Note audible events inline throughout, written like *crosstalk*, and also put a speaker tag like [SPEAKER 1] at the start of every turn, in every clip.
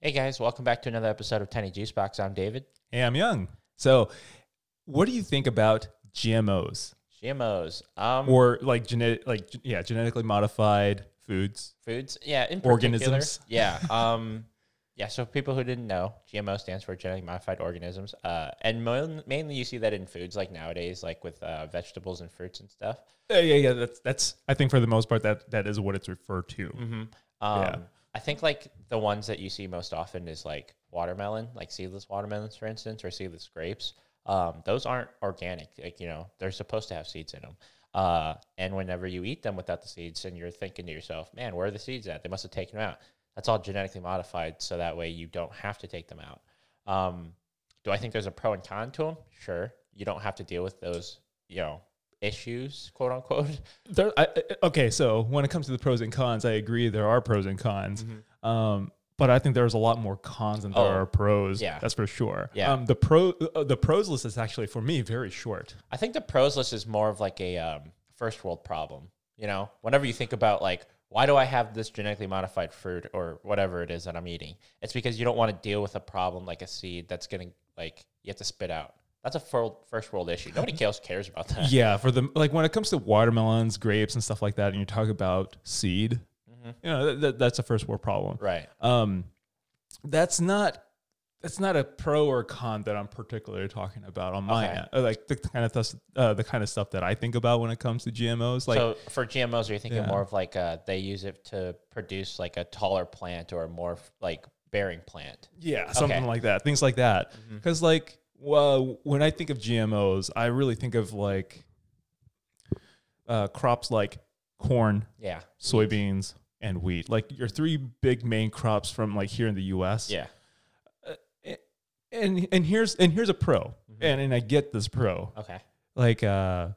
[SPEAKER 1] Hey guys, welcome back to another episode of Tiny Juice Box. I'm David.
[SPEAKER 2] Hey, I'm young. So, what do you think about GMOs
[SPEAKER 1] GMOs, um,
[SPEAKER 2] or like genetic, like gen- yeah, genetically modified foods?
[SPEAKER 1] foods, yeah, in
[SPEAKER 2] Organisms.
[SPEAKER 1] particular. yeah,
[SPEAKER 2] *laughs*
[SPEAKER 1] um, yeah. So people who didn't know, GMO stands for genetically modified organisms, uh, and mo- mainly you see that in foods like nowadays, like with uh, vegetables and fruits and stuff.
[SPEAKER 2] Uh, Yeah, yeah, yeah. That's that's. I think for the most part, that that is what it's referred to.
[SPEAKER 1] Um,
[SPEAKER 2] Yeah.
[SPEAKER 1] I think like the ones that you see most often is like watermelon, like seedless watermelons, for instance, or seedless grapes. Um, those aren't organic. Like, you know, they're supposed to have seeds in them. Uh, and whenever you eat them without the seeds and you're thinking to yourself, man, where are the seeds at? They must have taken them out. That's all genetically modified. So that way you don't have to take them out. Um, do I think there's a pro and con to them? Sure. You don't have to deal with those, you know, issues, quote unquote.
[SPEAKER 2] There, I, I- okay, so when it comes to the pros and cons, I agree there are pros and cons. Um, but I think there's a lot more cons than there
[SPEAKER 1] Oh,
[SPEAKER 2] are pros.
[SPEAKER 1] yeah.
[SPEAKER 2] that's for sure.
[SPEAKER 1] Yeah.
[SPEAKER 2] Um, the pro uh, the pros list is actually for me very short.
[SPEAKER 1] I think the pros list is more of like a um, first world problem. You know, whenever you think about like, why do I have this genetically modified fruit or whatever it is that I'm eating? It's because you don't want to deal with a problem like a seed that's going to like you have to spit out. That's a fir- first world issue.
[SPEAKER 2] *laughs*
[SPEAKER 1] Nobody else cares about that.
[SPEAKER 2] yeah, for the like when it comes to watermelons, grapes, and stuff like that, and you talk about seed, you know that, that, that's a first world problem.
[SPEAKER 1] Mm-hmm. Right.
[SPEAKER 2] Um, that's not that's not a pro or con that I'm particularly talking about on my
[SPEAKER 1] Okay.
[SPEAKER 2] end. Uh, Like the kind of th- uh, the kind of stuff that I think about when it comes to GMOs, like.
[SPEAKER 1] so for GMOs, are you thinking
[SPEAKER 2] Yeah.
[SPEAKER 1] more of like uh, they use it to produce like a taller plant or a more f- like bearing plant?
[SPEAKER 2] Yeah, something
[SPEAKER 1] Okay. Mm-hmm.
[SPEAKER 2] like that. Things like that. Because like, well, when I think of GMOs, I really think of like uh, crops like corn,
[SPEAKER 1] Yeah.
[SPEAKER 2] soybeans, and wheat. Like your three big main crops from like here in the U.S.
[SPEAKER 1] Yeah.
[SPEAKER 2] And and here's and here's a pro, and and I get this pro.
[SPEAKER 1] Okay.
[SPEAKER 2] Like, uh,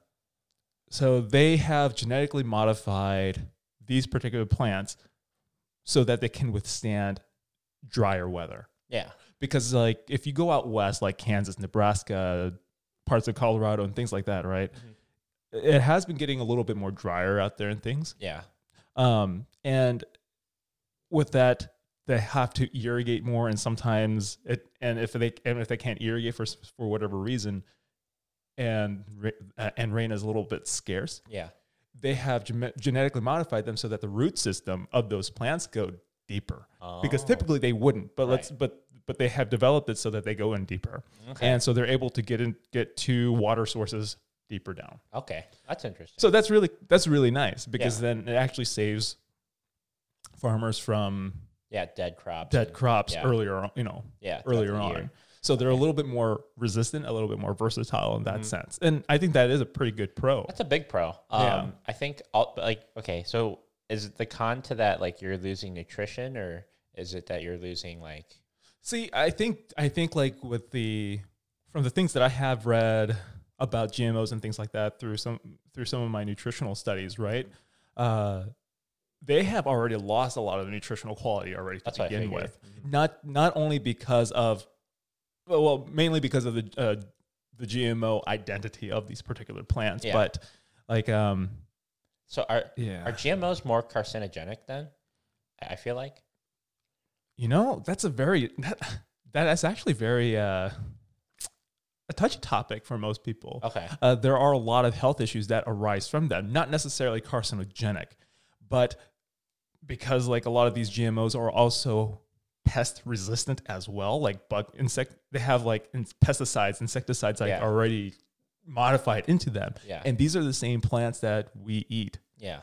[SPEAKER 2] so they have genetically modified these particular plants so that they can withstand drier weather.
[SPEAKER 1] Yeah.
[SPEAKER 2] because like if you go out west like kansas nebraska parts of colorado and things like that right it has been getting a little bit more drier out there and things
[SPEAKER 1] Yeah.
[SPEAKER 2] um, and with that they have to irrigate more and sometimes it and if they and if they can't irrigate for s- for whatever reason and ra- uh, and rain is a little bit scarce
[SPEAKER 1] Yeah.
[SPEAKER 2] they have gem- genetically modified them so that the root system of those plants go deeper because
[SPEAKER 1] Oh.
[SPEAKER 2] typically they wouldn't but let's but but they have developed it so that they go in deeper and so they're able to get in get to water sources deeper down
[SPEAKER 1] Oh, Okay. That's interesting.
[SPEAKER 2] so that's really that's really nice because then it actually saves farmers from
[SPEAKER 1] Yeah, dead crops.
[SPEAKER 2] dead
[SPEAKER 1] and-
[SPEAKER 2] crops
[SPEAKER 1] yeah.
[SPEAKER 2] earlier on you know
[SPEAKER 1] Yeah,
[SPEAKER 2] earlier
[SPEAKER 1] throughout the
[SPEAKER 2] on
[SPEAKER 1] year.
[SPEAKER 2] so they're a little bit more resistant a little bit more versatile in that
[SPEAKER 1] Mm-hmm.
[SPEAKER 2] sense and i think that is a pretty good pro
[SPEAKER 1] That's a big pro. Um,
[SPEAKER 2] Yeah.
[SPEAKER 1] I think all, but, like okay, so is the con to that like you're losing nutrition, or is it that you're losing like
[SPEAKER 2] See, I think I think like with the from the things that I have read about GMOs and things like that through some through some of my nutritional studies, right? Uh, they have already lost a lot of the nutritional quality already to
[SPEAKER 1] That's what I
[SPEAKER 2] begin
[SPEAKER 1] figured.
[SPEAKER 2] with. Not not only because of well, well mainly because of the uh, the GMO identity of these particular plants,
[SPEAKER 1] Yeah.
[SPEAKER 2] but like um
[SPEAKER 1] so are
[SPEAKER 2] yeah,
[SPEAKER 1] are GMOs more carcinogenic then? I I feel like
[SPEAKER 2] you know that's a very that, that's actually very uh, a touchy topic for most people.
[SPEAKER 1] okay,
[SPEAKER 2] uh, there are a lot of health issues that arise from them, not necessarily carcinogenic, but because like a lot of these GMOs are also pest resistant as well, like bug insect, they have like in- pesticides, insecticides like
[SPEAKER 1] Yeah.
[SPEAKER 2] already modified into them.
[SPEAKER 1] Yeah.
[SPEAKER 2] And these are the same plants that we eat.
[SPEAKER 1] yeah,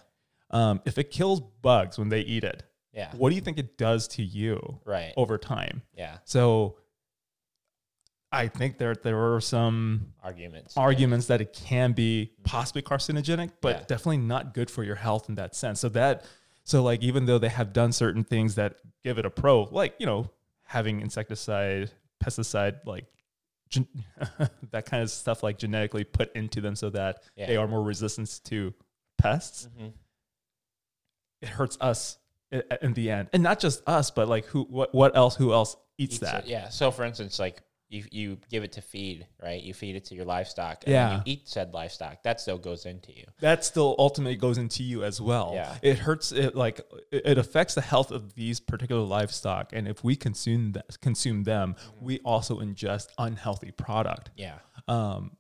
[SPEAKER 2] Um, if it kills bugs when they eat it,
[SPEAKER 1] yeah,
[SPEAKER 2] what do you think it does to you
[SPEAKER 1] right,
[SPEAKER 2] over time?
[SPEAKER 1] yeah,
[SPEAKER 2] So I think there there are some
[SPEAKER 1] arguments,
[SPEAKER 2] arguments that it can be possibly carcinogenic, but
[SPEAKER 1] Yeah.
[SPEAKER 2] definitely not good for your health in that sense. So that so like even though they have done certain things that give it a pro, like you know having insecticide, pesticide, like gen- *laughs* that kind of stuff, like genetically put into them so that
[SPEAKER 1] Yeah.
[SPEAKER 2] they are more resistant to pests.
[SPEAKER 1] Mhm. Mm-hmm.
[SPEAKER 2] It hurts us i- in the end, and not just us, but like who, what, what else, who else eats,
[SPEAKER 1] Eats
[SPEAKER 2] that?
[SPEAKER 1] it. Yeah. So for instance, like you you give it to feed, right? You feed it to your livestock, and then
[SPEAKER 2] Yeah.
[SPEAKER 1] you eat said livestock. That still goes into you.
[SPEAKER 2] that still ultimately goes into you as well.
[SPEAKER 1] Yeah.
[SPEAKER 2] It hurts it like it it affects the health of these particular livestock and if we consume that consume them, we also ingest unhealthy product.
[SPEAKER 1] Yeah,
[SPEAKER 2] Um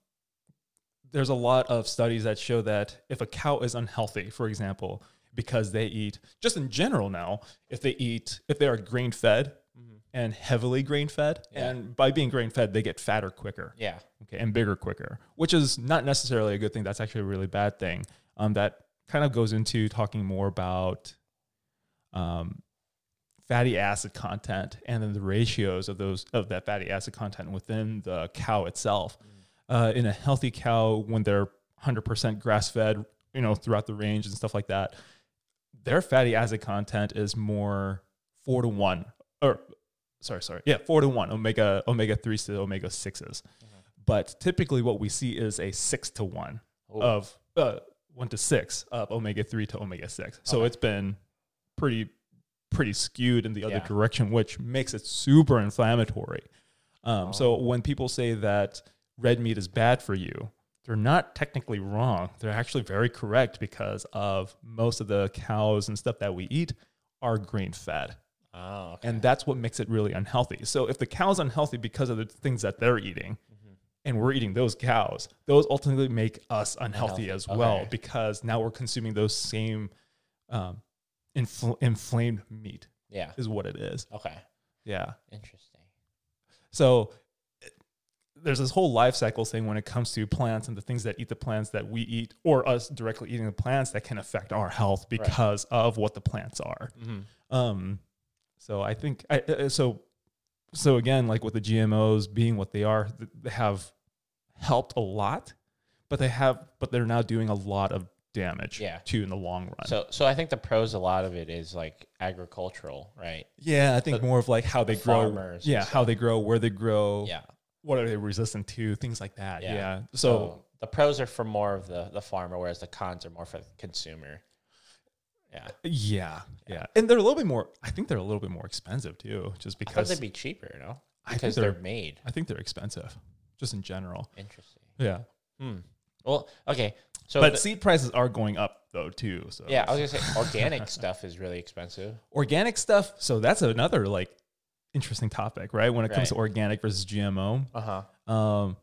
[SPEAKER 2] there's a lot of studies that show that if a cow is unhealthy, for example, because they eat just in general now, if they eat if they are grain fed and heavily grain fed
[SPEAKER 1] Mm-hmm. Yeah.
[SPEAKER 2] and by being grain fed they get fatter quicker
[SPEAKER 1] yeah,
[SPEAKER 2] okay, and bigger quicker, which is not necessarily a good thing. That's actually a really bad thing. Um, that kind of goes into talking more about um, fatty acid content and then the ratios of those of that fatty acid content within the cow itself. Uh, in a healthy cow, when they're 100% grass fed, you know, throughout the range and stuff like that, their fatty acid content is more four to one or sorry, sorry. Yeah, four to one omega omega threes to omega 6s
[SPEAKER 1] Mm-hmm.
[SPEAKER 2] But typically, what we see is a six to one
[SPEAKER 1] Ooh.
[SPEAKER 2] of uh, one to six of omega three to omega six. So
[SPEAKER 1] Okay.
[SPEAKER 2] it's been pretty pretty skewed in the other
[SPEAKER 1] Yeah.
[SPEAKER 2] direction, which makes it super inflammatory. Um, So
[SPEAKER 1] Oh.
[SPEAKER 2] when people say that red meat is bad for you, they're not technically wrong. They're actually very correct because of most of the cows and stuff that we eat are grain fed
[SPEAKER 1] oh, okay.
[SPEAKER 2] and that's what makes it really unhealthy. So if the cow's unhealthy because of the things that they're eating,
[SPEAKER 1] Mm-hmm.
[SPEAKER 2] and we're eating those cows, those ultimately make us unhealthy,
[SPEAKER 1] Unhealthy,
[SPEAKER 2] as well
[SPEAKER 1] okay.
[SPEAKER 2] because now we're consuming those same um, infl- inflamed meat
[SPEAKER 1] yeah,
[SPEAKER 2] is what it is.
[SPEAKER 1] okay,
[SPEAKER 2] Yeah.
[SPEAKER 1] interesting.
[SPEAKER 2] So it- there's this whole life cycle thing when it comes to plants and the things that eat the plants that we eat or us directly eating the plants that can affect our health because of what the plants are. Um, so I think I, uh, so. So again, like with the GMOs being what they are, th- they have helped a lot, but they have, but they're now doing a lot of damage
[SPEAKER 1] Yeah.
[SPEAKER 2] to in the long run.
[SPEAKER 1] So, so I think the pros, a lot of it is like agricultural, right?
[SPEAKER 2] yeah, I think more of like how they
[SPEAKER 1] the
[SPEAKER 2] grow,
[SPEAKER 1] farmers and
[SPEAKER 2] yeah, how they grow, where they grow,
[SPEAKER 1] Yeah.
[SPEAKER 2] what are they resistant to, things like that. Yeah.
[SPEAKER 1] Yeah.
[SPEAKER 2] So,
[SPEAKER 1] the pros are for more of the the farmer, whereas the cons are more for the consumer. Yeah,
[SPEAKER 2] yeah, yeah, and they're a little bit more. I think they're a little bit more expensive too, just
[SPEAKER 1] I thought
[SPEAKER 2] because
[SPEAKER 1] they'd be cheaper, no?
[SPEAKER 2] I think
[SPEAKER 1] Because
[SPEAKER 2] they're-
[SPEAKER 1] they're, made.
[SPEAKER 2] I think they're expensive, just in general.
[SPEAKER 1] Interesting.
[SPEAKER 2] Yeah.
[SPEAKER 1] Hmm. Well, okay. So,
[SPEAKER 2] but
[SPEAKER 1] the-
[SPEAKER 2] seed prices are going up though too. So
[SPEAKER 1] yeah, I was gonna say organic *laughs* stuff is really expensive.
[SPEAKER 2] organic stuff. So that's another like interesting topic, right? When it comes to
[SPEAKER 1] Right.
[SPEAKER 2] organic versus GMO,
[SPEAKER 1] Uh huh.
[SPEAKER 2] um,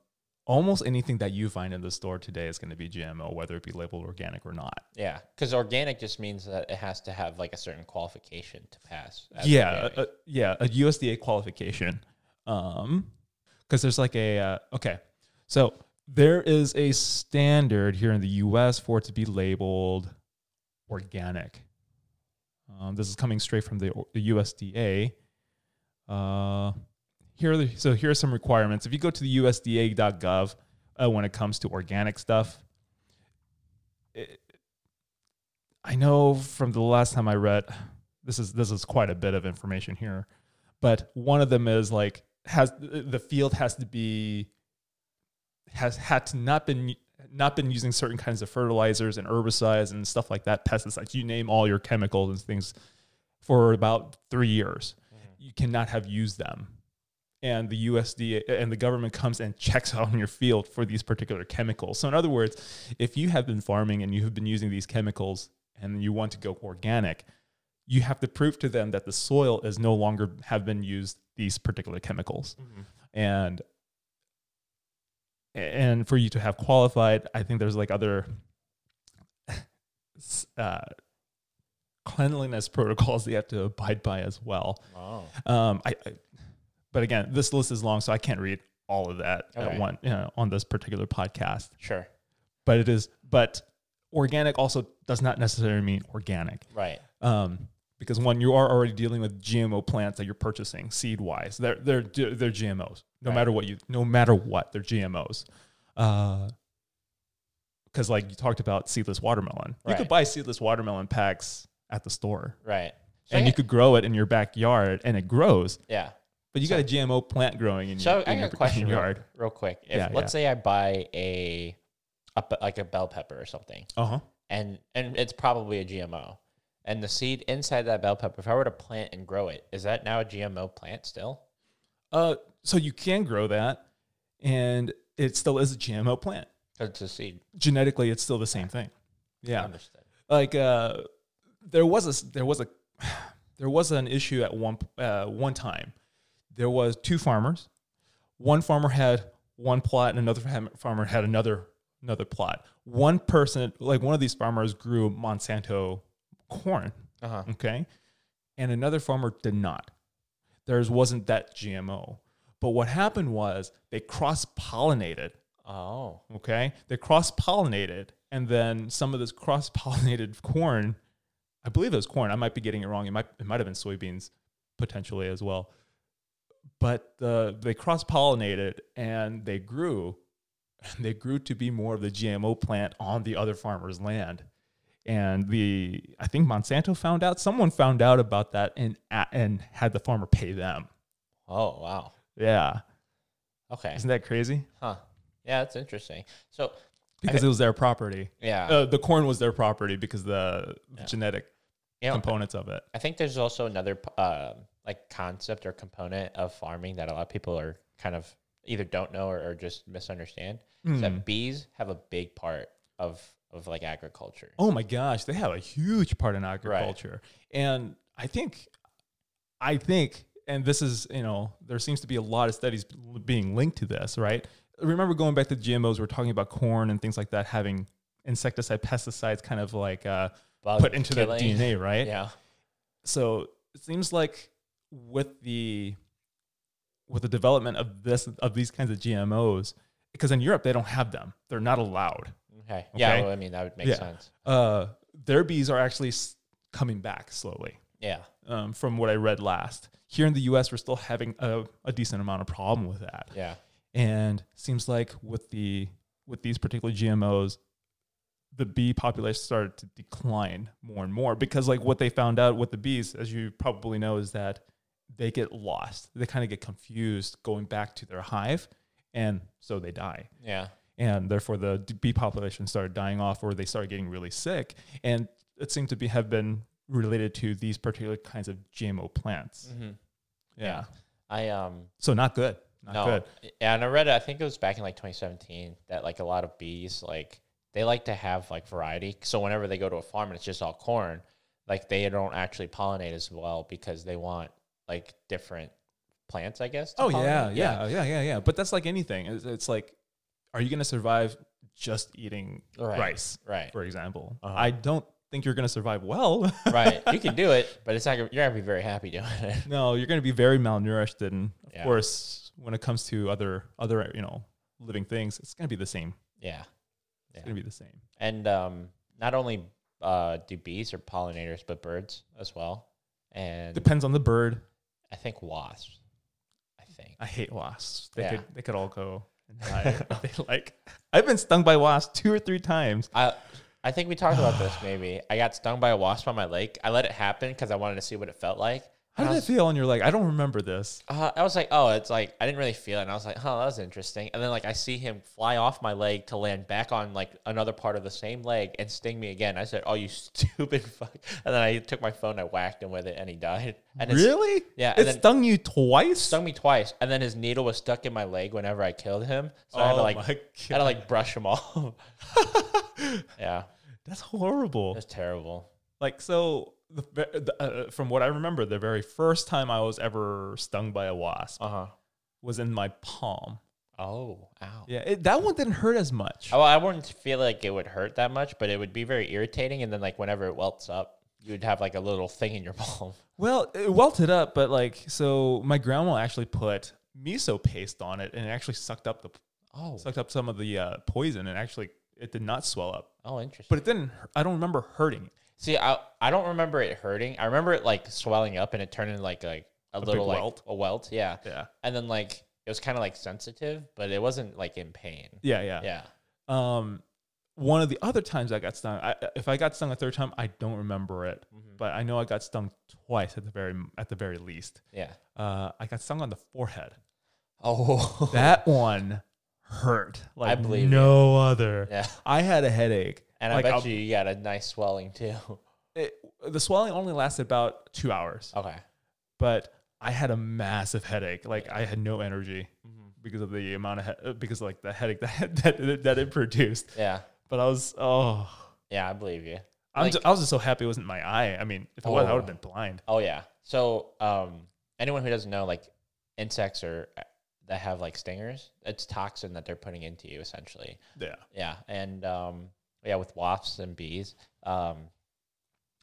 [SPEAKER 2] almost anything that you find in the store today is going to be GMO, whether it be labeled organic or not.
[SPEAKER 1] Yeah, because organic just means that it has to have like a certain qualification to pass. as
[SPEAKER 2] yeah, uh,
[SPEAKER 1] organic.
[SPEAKER 2] a, a- yeah, a USDA qualification. Um, because there's like a uh, okay, so there is a standard here in the U.S. for it to be labeled organic. Um, this is coming straight from the, o- the USDA. Uh, here, are the, so here are some requirements. If you go to the USDA.gov uh, when it comes to organic stuff, it, I know from the last time I read, this is this is quite a bit of information here, but one of them is like has the field has to be has had to not been not been using certain kinds of fertilizers and herbicides and stuff like that, pesticides. You name all your chemicals and things for about three years. You cannot have used them. And the USDA and the government comes and checks *laughs* on your field for these particular chemicals. So, in other words, if you have been farming and you have been using these chemicals and you want to go organic, you have to prove to them that the soil is no longer have been used these particular chemicals and and for you to have qualified i think there's like other *laughs* s- uh, cleanliness protocols they have to abide by as well
[SPEAKER 1] Oh,
[SPEAKER 2] um, I, I, but again this list is long so i can't read all of that
[SPEAKER 1] Okay.
[SPEAKER 2] at one you know, on this particular podcast
[SPEAKER 1] sure.
[SPEAKER 2] but it is but organic also does not necessarily mean organic
[SPEAKER 1] Right.
[SPEAKER 2] um, because one, you are already dealing with GMO plants that you're purchasing seed wise. They're they're they're GMOs. No
[SPEAKER 1] Right.
[SPEAKER 2] matter what you, no matter what, they're GMOs. Because Uh, like you talked about seedless watermelon, you could
[SPEAKER 1] Right.
[SPEAKER 2] buy seedless watermelon packs at the store,
[SPEAKER 1] Right. So
[SPEAKER 2] and
[SPEAKER 1] I
[SPEAKER 2] you
[SPEAKER 1] got-
[SPEAKER 2] could grow it in your backyard, and it grows.
[SPEAKER 1] yeah.
[SPEAKER 2] But you
[SPEAKER 1] So-
[SPEAKER 2] got a GMO plant growing in
[SPEAKER 1] So
[SPEAKER 2] your,
[SPEAKER 1] I
[SPEAKER 2] in
[SPEAKER 1] got
[SPEAKER 2] your
[SPEAKER 1] a question
[SPEAKER 2] in your
[SPEAKER 1] real,
[SPEAKER 2] yard.
[SPEAKER 1] real quick. If
[SPEAKER 2] Yeah,
[SPEAKER 1] let's say I buy a, a pe- like a bell pepper or something,
[SPEAKER 2] Uh huh.
[SPEAKER 1] and and it's probably a GMO, and the seed inside that bell pepper, if I were to plant and grow it, is that now a GMO plant still?
[SPEAKER 2] Uh, So you can grow that, and it still is a GMO plant.
[SPEAKER 1] It's a seed.
[SPEAKER 2] Genetically, it's still the same thing. Yeah,
[SPEAKER 1] Understood.
[SPEAKER 2] like uh, there was a s- there was a *sighs* there was an issue at one p- uh, one time. There was two farmers. One farmer had one plot, and another fam- farmer had another another plot. One person, like one of these farmers, grew Monsanto corn.
[SPEAKER 1] Uh huh.
[SPEAKER 2] Okay, and another farmer did not. Theirs wasn't that GMO. But what happened was they cross pollinated
[SPEAKER 1] Oh,
[SPEAKER 2] okay they cross-pollinated and then some of this cross-pollinated *laughs* corn i believe it was corn i might be getting it wrong it might it might have been soybeans potentially as well but the they cross-pollinated and they grew they grew to be more of the gmo plant on the other farmer's land and the i think monsanto found out someone found out about that and and had the farmer pay them
[SPEAKER 1] oh, wow.
[SPEAKER 2] yeah
[SPEAKER 1] Okay.
[SPEAKER 2] isn't that crazy
[SPEAKER 1] Huh. Yeah, that's interesting. So,
[SPEAKER 2] because it was their property
[SPEAKER 1] yeah,
[SPEAKER 2] uh, the corn was their property because the genetic
[SPEAKER 1] you know,
[SPEAKER 2] components of it.
[SPEAKER 1] I think there's also another p- uh, like concept or component of farming that a lot of people are kind of either don't know or, or just misunderstand. Is
[SPEAKER 2] Hmm.
[SPEAKER 1] that bees have a big part of of like agriculture.
[SPEAKER 2] Oh my gosh, they have a huge part in agriculture, and I think, I think, and this is you know there seems to be a lot of studies being linked to this, right? Remember going back to GMOs, we're talking about corn and things like that having insecticide, pesticides, kind of like uh,
[SPEAKER 1] Bug
[SPEAKER 2] put into the
[SPEAKER 1] killing.
[SPEAKER 2] DNA, right?
[SPEAKER 1] Yeah.
[SPEAKER 2] so it seems like with the with the development of this of these kinds of GMOs, because in Europe they don't have them; they're not allowed.
[SPEAKER 1] Okay. Yeah.
[SPEAKER 2] Okay.
[SPEAKER 1] Well, I mean, that would make
[SPEAKER 2] Yeah.
[SPEAKER 1] sense.
[SPEAKER 2] Uh, their bees are actually s- coming back slowly,
[SPEAKER 1] Yeah.
[SPEAKER 2] um, from what I read last. Here in the U.S., we're still having a, a decent amount of problem with that,
[SPEAKER 1] Yeah.
[SPEAKER 2] and seems like with the with these particular GMOs, the bee population started to decline more and more because like what they found out with the bees as you probably know is that they get lost they kind of get confused going back to their hive and so they die
[SPEAKER 1] Yeah.
[SPEAKER 2] and therefore the d- bee population started dying off or they started getting really sick and it seemed to be have been related to these particular kinds of gmo plants
[SPEAKER 1] hmm
[SPEAKER 2] yeah,
[SPEAKER 1] Yeah. I um.
[SPEAKER 2] so not good not
[SPEAKER 1] no.
[SPEAKER 2] good
[SPEAKER 1] And I read it. I think it was back in like 2017 that like a lot of bees like they like to have like variety. So whenever they go to a farm and it's just all corn, like they don't actually pollinate as well because they want like different plants. I guess. to
[SPEAKER 2] Oh yeah,
[SPEAKER 1] pollinate.
[SPEAKER 2] yeah, yeah, yeah, yeah. But that's like anything. It's, it's like, are you going to survive just eating
[SPEAKER 1] Right.
[SPEAKER 2] rice,
[SPEAKER 1] Right.
[SPEAKER 2] for example?
[SPEAKER 1] Uh-huh.
[SPEAKER 2] I don't think you're going to survive well.
[SPEAKER 1] *laughs*
[SPEAKER 2] *laughs*
[SPEAKER 1] right. You can do it, but it's not. gonna- You're not gonna be very happy doing it. *laughs*
[SPEAKER 2] no, you're going to be very malnourished, and of
[SPEAKER 1] Yeah.
[SPEAKER 2] course, when it comes to other other you know living things, it's going to be the same.
[SPEAKER 1] Yeah.
[SPEAKER 2] It's
[SPEAKER 1] Yeah.
[SPEAKER 2] going to be the same.
[SPEAKER 1] And um, not only uh, do bees are pollinators, but birds as well. And
[SPEAKER 2] Depends on the bird.
[SPEAKER 1] I think wasps. I think.
[SPEAKER 2] I hate wasps. They
[SPEAKER 1] Yeah.
[SPEAKER 2] could they could all go.
[SPEAKER 1] *laughs*
[SPEAKER 2] and die *laughs* if they like. I've been stung by wasps two or three times.
[SPEAKER 1] I I think we talked about this maybe. I got stung by a wasp on my leg. I let it happen because I wanted to see what it felt like.
[SPEAKER 2] How
[SPEAKER 1] And
[SPEAKER 2] did
[SPEAKER 1] I
[SPEAKER 2] it
[SPEAKER 1] was,
[SPEAKER 2] feel? And you're like, I don't remember this.
[SPEAKER 1] uh, I was like, oh, it's like I didn't really feel it. And I was like, oh, that was interesting. And then like I see him fly off my leg to land back on like another part of the same leg and sting me again. I said, oh, you *laughs* stupid fuck. And then I took my phone, I whacked him with it, and he died. And it's-
[SPEAKER 2] really?
[SPEAKER 1] Yeah,
[SPEAKER 2] It
[SPEAKER 1] and then-
[SPEAKER 2] stung you twice.
[SPEAKER 1] stung me twice, and then his needle was stuck in my leg whenever I killed him. So
[SPEAKER 2] Oh
[SPEAKER 1] I had to like, I had to like brush him off.
[SPEAKER 2] *laughs*
[SPEAKER 1] yeah,
[SPEAKER 2] that's horrible.
[SPEAKER 1] that's terrible. like,
[SPEAKER 2] Like so, the, ve- the, uh, from what I remember, the very first time I was ever stung by a wasp
[SPEAKER 1] Uh huh.
[SPEAKER 2] was in my palm. Oh.
[SPEAKER 1] Oh, ow.
[SPEAKER 2] Yeah, it, that one didn't hurt as much.
[SPEAKER 1] Well, I wouldn't feel like it would hurt that much, but it would be very irritating. And then, like, whenever it welts up, you'd have like a little thing in your *laughs* palm.
[SPEAKER 2] Well, it welted up, but like so, my grandma actually put miso paste on it, and it actually sucked up the
[SPEAKER 1] Oh,
[SPEAKER 2] sucked up some of the uh, poison, and actually it did not swell up,
[SPEAKER 1] oh, interesting.
[SPEAKER 2] but it didn't. hu- I don't remember hurting.
[SPEAKER 1] See, I I don't remember it hurting. I remember it like swelling up and it turned into like like a,
[SPEAKER 2] big
[SPEAKER 1] little like
[SPEAKER 2] welt?
[SPEAKER 1] a welt. Yeah,
[SPEAKER 2] Yeah,
[SPEAKER 1] and then like it was kind of like sensitive, but it wasn't like in pain.
[SPEAKER 2] yeah, yeah.
[SPEAKER 1] Yeah.
[SPEAKER 2] Um, one of the other times I got stung, I, if I got stung a third time, I don't remember it,
[SPEAKER 1] Mhm.
[SPEAKER 2] but I know I got stung twice at the very at the very least.
[SPEAKER 1] Yeah.
[SPEAKER 2] Uh, I got stung on the forehead.
[SPEAKER 1] Oh,
[SPEAKER 2] That one hurt like
[SPEAKER 1] believe
[SPEAKER 2] no other.
[SPEAKER 1] *laughs* yeah.
[SPEAKER 2] I had a headache,
[SPEAKER 1] And
[SPEAKER 2] Like,
[SPEAKER 1] I bet
[SPEAKER 2] I'll-
[SPEAKER 1] you you got a nice swelling too. *laughs*
[SPEAKER 2] It, the swelling only lasted about two hours,
[SPEAKER 1] okay.
[SPEAKER 2] but I had a massive headache. Like I had no energy
[SPEAKER 1] Mm-hmm.
[SPEAKER 2] because of the amount of he- uh, because like the headache *laughs* that that, that it produced.
[SPEAKER 1] Yeah.
[SPEAKER 2] But I was oh,
[SPEAKER 1] Yeah, I believe you.
[SPEAKER 2] I'm
[SPEAKER 1] Like-
[SPEAKER 2] ju- I was just so happy it wasn't my eye. I mean, if it was, I
[SPEAKER 1] Oh.
[SPEAKER 2] would have been blind.
[SPEAKER 1] Oh yeah. So um, anyone who doesn't know, like insects are uh, that have like stingers, it's toxin that they're putting into you essentially.
[SPEAKER 2] Yeah,
[SPEAKER 1] Yeah, and um, yeah, with wasps and bees, um,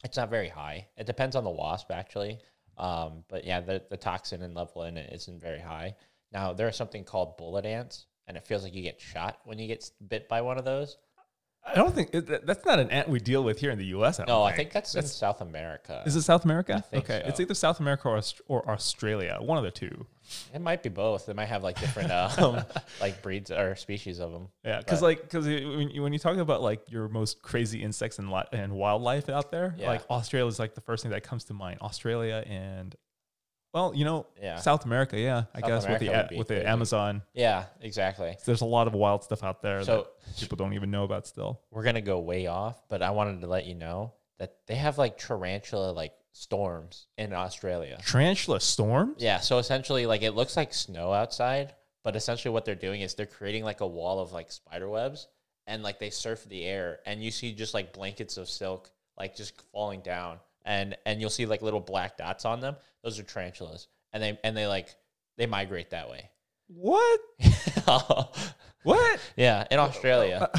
[SPEAKER 1] it's not very high. It depends on the wasp actually, um, but yeah, the, the toxin and level in it isn't very high. Now there is something called bullet ants, and it feels like you get shot when you get s- bit by one of those.
[SPEAKER 2] I don't think it, that- that's not an ant we deal with here in the U.S. I don't
[SPEAKER 1] No, I
[SPEAKER 2] think.
[SPEAKER 1] think Oh, that's, in South America.
[SPEAKER 2] Is it South America?
[SPEAKER 1] think
[SPEAKER 2] okay,
[SPEAKER 1] so.
[SPEAKER 2] it's either South America or, Aust- or Australia, one of the two.
[SPEAKER 1] It might be both. They might have like different *laughs* um, like breeds or species of them.
[SPEAKER 2] Yeah, because
[SPEAKER 1] But-
[SPEAKER 2] like because when you, when you talk about like your most crazy insects and li- and wildlife out there,
[SPEAKER 1] Yeah.
[SPEAKER 2] like Australia is like the first thing that comes to mind. Australia and well, you know,
[SPEAKER 1] Yeah.
[SPEAKER 2] South America. Yeah, I
[SPEAKER 1] South
[SPEAKER 2] guess with
[SPEAKER 1] America would
[SPEAKER 2] the
[SPEAKER 1] be
[SPEAKER 2] with the
[SPEAKER 1] crazy.
[SPEAKER 2] Amazon,
[SPEAKER 1] Yeah, exactly.
[SPEAKER 2] there's a lot of wild stuff out there
[SPEAKER 1] So-
[SPEAKER 2] that people don't even know about still.
[SPEAKER 1] We're gonna go way off, but I wanted to let you know that they have like tarantula like storms in Australia.
[SPEAKER 2] Tarantula storms.
[SPEAKER 1] Yeah, so essentially, like it looks like snow outside, but essentially what they're doing is they're creating like a wall of like spider webs, and like they surf the air, and you see just like blankets of silk like just falling down, and and you'll see like little black dots on them. Those are tarantulas, and they and they like they migrate that way. *laughs* Oh,
[SPEAKER 2] What? What?
[SPEAKER 1] yeah,
[SPEAKER 2] Uh,
[SPEAKER 1] in Australia,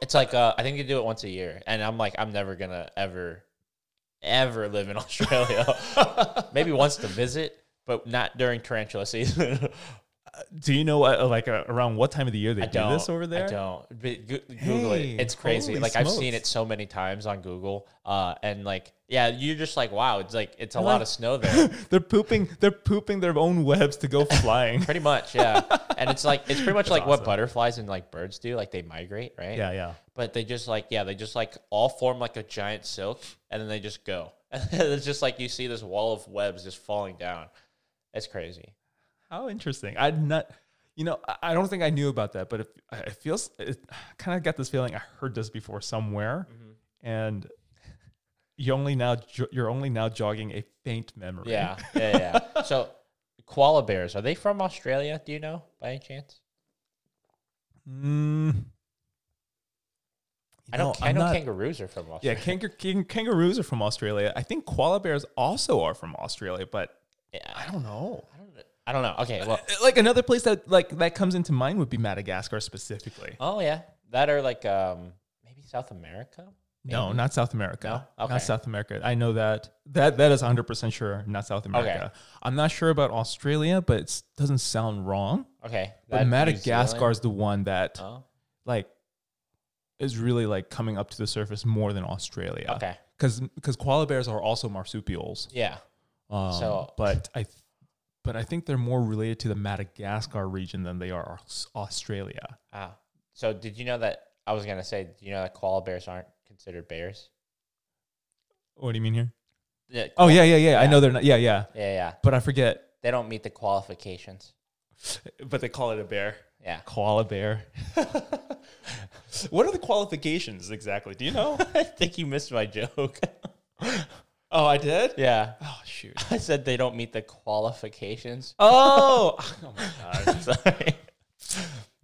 [SPEAKER 1] it's like uh, I think they do it once a year, and I'm like I'm never gonna ever, ever live in *laughs*
[SPEAKER 2] *laughs*
[SPEAKER 1] Australia. Maybe once to visit, but not during tarantula season. *laughs*
[SPEAKER 2] do you know what? Like uh, around what time of the year they
[SPEAKER 1] I don't
[SPEAKER 2] do this over there?
[SPEAKER 1] I don't. But go- Google
[SPEAKER 2] Hey,
[SPEAKER 1] it. It's crazy.
[SPEAKER 2] holy
[SPEAKER 1] Like I've seen it
[SPEAKER 2] smokes.
[SPEAKER 1] so many times on Google, uh, and like yeah, you're just like wow, it's like it's a
[SPEAKER 2] They're
[SPEAKER 1] lot
[SPEAKER 2] like-
[SPEAKER 1] of snow there.
[SPEAKER 2] *laughs* they're pooping. They're pooping their own
[SPEAKER 1] *laughs*
[SPEAKER 2] webs to go flying.
[SPEAKER 1] Pretty much,
[SPEAKER 2] *laughs*
[SPEAKER 1] yeah, and it's like it's pretty much
[SPEAKER 2] That's
[SPEAKER 1] like what
[SPEAKER 2] awesome.
[SPEAKER 1] butterflies and like birds do, like they migrate, right?
[SPEAKER 2] yeah, yeah.
[SPEAKER 1] but they just like yeah they just like all form like a giant silk and then they just go *laughs* and it's just like you see this wall of webs just falling down it's crazy
[SPEAKER 2] How interesting. I'd not, you know, I- I don't think I knew about that, but it, it feels, it kind of got this feeling I heard this before somewhere,
[SPEAKER 1] Mm-hmm.
[SPEAKER 2] and you only now jo- you're only now jogging a faint memory.
[SPEAKER 1] yeah yeah yeah,
[SPEAKER 2] *laughs*
[SPEAKER 1] yeah. so koala bears are they from australia do you know by any chance
[SPEAKER 2] Mm.
[SPEAKER 1] i don't
[SPEAKER 2] know,
[SPEAKER 1] i
[SPEAKER 2] I'm
[SPEAKER 1] know
[SPEAKER 2] not-
[SPEAKER 1] kangaroos are from
[SPEAKER 2] Yeah,
[SPEAKER 1] australia
[SPEAKER 2] kangar- kang- kangaroos are from Australia. I think koala bears also are from Australia, but
[SPEAKER 1] yeah,
[SPEAKER 2] I don't know.
[SPEAKER 1] I, don't, I don't know okay well
[SPEAKER 2] Uh, Like another place that like that comes into mind would be Madagascar specifically.
[SPEAKER 1] oh yeah that are like um maybe south america
[SPEAKER 2] No, not South America.
[SPEAKER 1] No? Okay.
[SPEAKER 2] Not South America. I know that. That that is 100% sure not South America. I'm not sure about Australia, but it doesn't sound wrong.
[SPEAKER 1] okay that
[SPEAKER 2] But
[SPEAKER 1] New
[SPEAKER 2] Madagascar
[SPEAKER 1] Zealand?
[SPEAKER 2] is the one that
[SPEAKER 1] oh
[SPEAKER 2] like is really like coming up to the surface more than Australia.
[SPEAKER 1] Oh, okay
[SPEAKER 2] Cuz cuz koala bears are also marsupials.
[SPEAKER 1] yeah
[SPEAKER 2] Um,
[SPEAKER 1] So-
[SPEAKER 2] but I th- but I think they're more related to the Madagascar region than they are Aus- Australia.
[SPEAKER 1] Wow. Ah. So did you know that I was gonna say, do you know that koala bears aren't considered bears?
[SPEAKER 2] What do you mean here?
[SPEAKER 1] Yeah.
[SPEAKER 2] Oh yeah, yeah, yeah. I know they're not. Yeah, yeah.
[SPEAKER 1] Yeah, yeah.
[SPEAKER 2] But I forget.
[SPEAKER 1] They don't meet the qualifications.
[SPEAKER 2] But they call it a bear.
[SPEAKER 1] Yeah.
[SPEAKER 2] Koala bear. *laughs* what are the qualifications exactly? Do you know?
[SPEAKER 1] *laughs* I think you missed my joke.
[SPEAKER 2] *laughs* oh, I did?
[SPEAKER 1] *laughs* yeah.
[SPEAKER 2] Oh, shoot.
[SPEAKER 1] I said they don't meet the *laughs* qualifications.
[SPEAKER 2] Oh, *laughs* oh my God.
[SPEAKER 1] Sorry.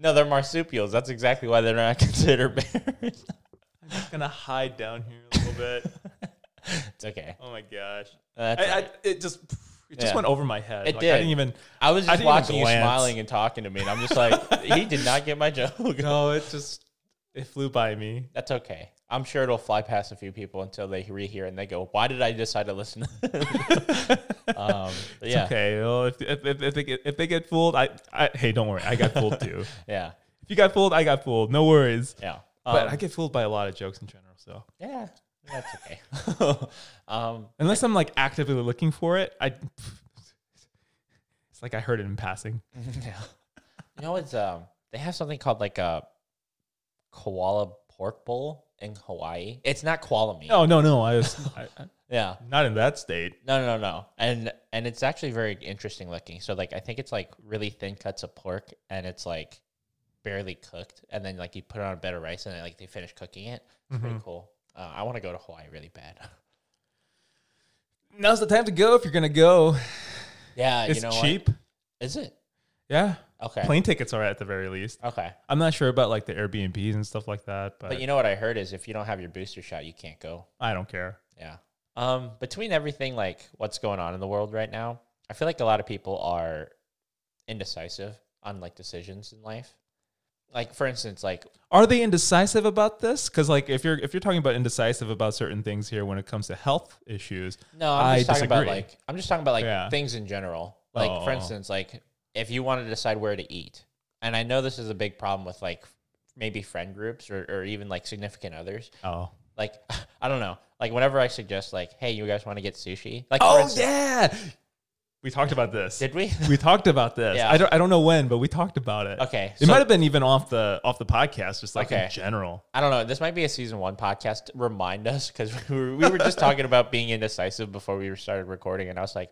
[SPEAKER 1] No, they're marsupials. That's exactly why they're not *laughs* considered bears.
[SPEAKER 2] I'm going to hide down here a little bit.
[SPEAKER 1] it's okay. Uh,
[SPEAKER 2] Oh, my *laughs* gosh.
[SPEAKER 1] That's
[SPEAKER 2] I,
[SPEAKER 1] all
[SPEAKER 2] I, it just it just
[SPEAKER 1] Yeah.
[SPEAKER 2] went over my head.
[SPEAKER 1] It
[SPEAKER 2] Like,
[SPEAKER 1] did.
[SPEAKER 2] I didn't even.
[SPEAKER 1] I was
[SPEAKER 2] I
[SPEAKER 1] just
[SPEAKER 2] didn't even
[SPEAKER 1] watching you
[SPEAKER 2] glance.
[SPEAKER 1] smiling and talking to me, and I'm just like, he did not get my joke. *laughs*
[SPEAKER 2] No, it just. It flew by me.
[SPEAKER 1] That's okay. I'm sure it'll fly past a few people until they rehear and they go, "Why did I decide to listen?" *laughs* to this?" um, but yeah,
[SPEAKER 2] Okay. Well, if, if, if, if, they get, if they get fooled, I, I hey, don't worry. I got fooled *laughs* too.
[SPEAKER 1] yeah,
[SPEAKER 2] if you got fooled, I got fooled. No worries.
[SPEAKER 1] yeah,
[SPEAKER 2] but
[SPEAKER 1] Um,
[SPEAKER 2] I get fooled by a lot of jokes in general. So
[SPEAKER 1] yeah. That's
[SPEAKER 2] *laughs*
[SPEAKER 1] okay. um,
[SPEAKER 2] unless I'm like actively looking for it, I *laughs* it's like I heard it in passing.
[SPEAKER 1] yeah. You know, it's um, they have something called like a koala pork bowl in Hawaii. It's not koala meat.
[SPEAKER 2] Oh, No, no, no. I *laughs* was I, I-
[SPEAKER 1] Yeah.
[SPEAKER 2] not in that state.
[SPEAKER 1] No, no, no, and and it's actually very interesting looking. So like, I think it's like really thin cuts of pork, and it's like barely cooked, and then like you put it on a bed of rice, and then, like they finish cooking it. It's pretty
[SPEAKER 2] Mm-hmm.
[SPEAKER 1] cool. Uh, I want to go to Hawaii really bad. *laughs*
[SPEAKER 2] Now's the time to go if you're gonna go.
[SPEAKER 1] Yeah,
[SPEAKER 2] It's
[SPEAKER 1] you know
[SPEAKER 2] cheap.
[SPEAKER 1] What? Is it?
[SPEAKER 2] Yeah.
[SPEAKER 1] Okay.
[SPEAKER 2] Plane tickets are at the very least.
[SPEAKER 1] Okay.
[SPEAKER 2] I'm not sure about like the Airbnbs and stuff like that, but,
[SPEAKER 1] But you know what I heard is if you don't have your booster shot, you can't go.
[SPEAKER 2] I don't care.
[SPEAKER 1] Yeah. Um, between everything like what's going on in the world right now, I feel like a lot of people are indecisive on like decisions in life. Like for instance, like
[SPEAKER 2] Are they indecisive about this? Because like if you're if you're talking about indecisive about certain things here when it comes to health issues,
[SPEAKER 1] no, I'm just
[SPEAKER 2] I
[SPEAKER 1] talking about
[SPEAKER 2] disagree.
[SPEAKER 1] like I'm just talking about like
[SPEAKER 2] Yeah.
[SPEAKER 1] things in general. Like
[SPEAKER 2] Oh, oh,
[SPEAKER 1] for
[SPEAKER 2] oh.
[SPEAKER 1] instance, like if you want to decide where to eat, and I know this is a big problem with like maybe friend groups or, or even like significant others.
[SPEAKER 2] oh,
[SPEAKER 1] Like *laughs* I don't know. Like whenever I suggest like, hey, you guys want to get sushi? Like for
[SPEAKER 2] oh
[SPEAKER 1] instance,
[SPEAKER 2] yeah, we talked about this.
[SPEAKER 1] did we? *laughs*
[SPEAKER 2] we talked about this.
[SPEAKER 1] Yeah.
[SPEAKER 2] I don't I don't know when, but we talked about it.
[SPEAKER 1] okay.
[SPEAKER 2] It might have been even off the off the podcast, just like
[SPEAKER 1] Okay.
[SPEAKER 2] in general.
[SPEAKER 1] I don't know. This might be a season one podcast. Remind us because *laughs* we were, we were just talking about being indecisive before we started recording, and I was like,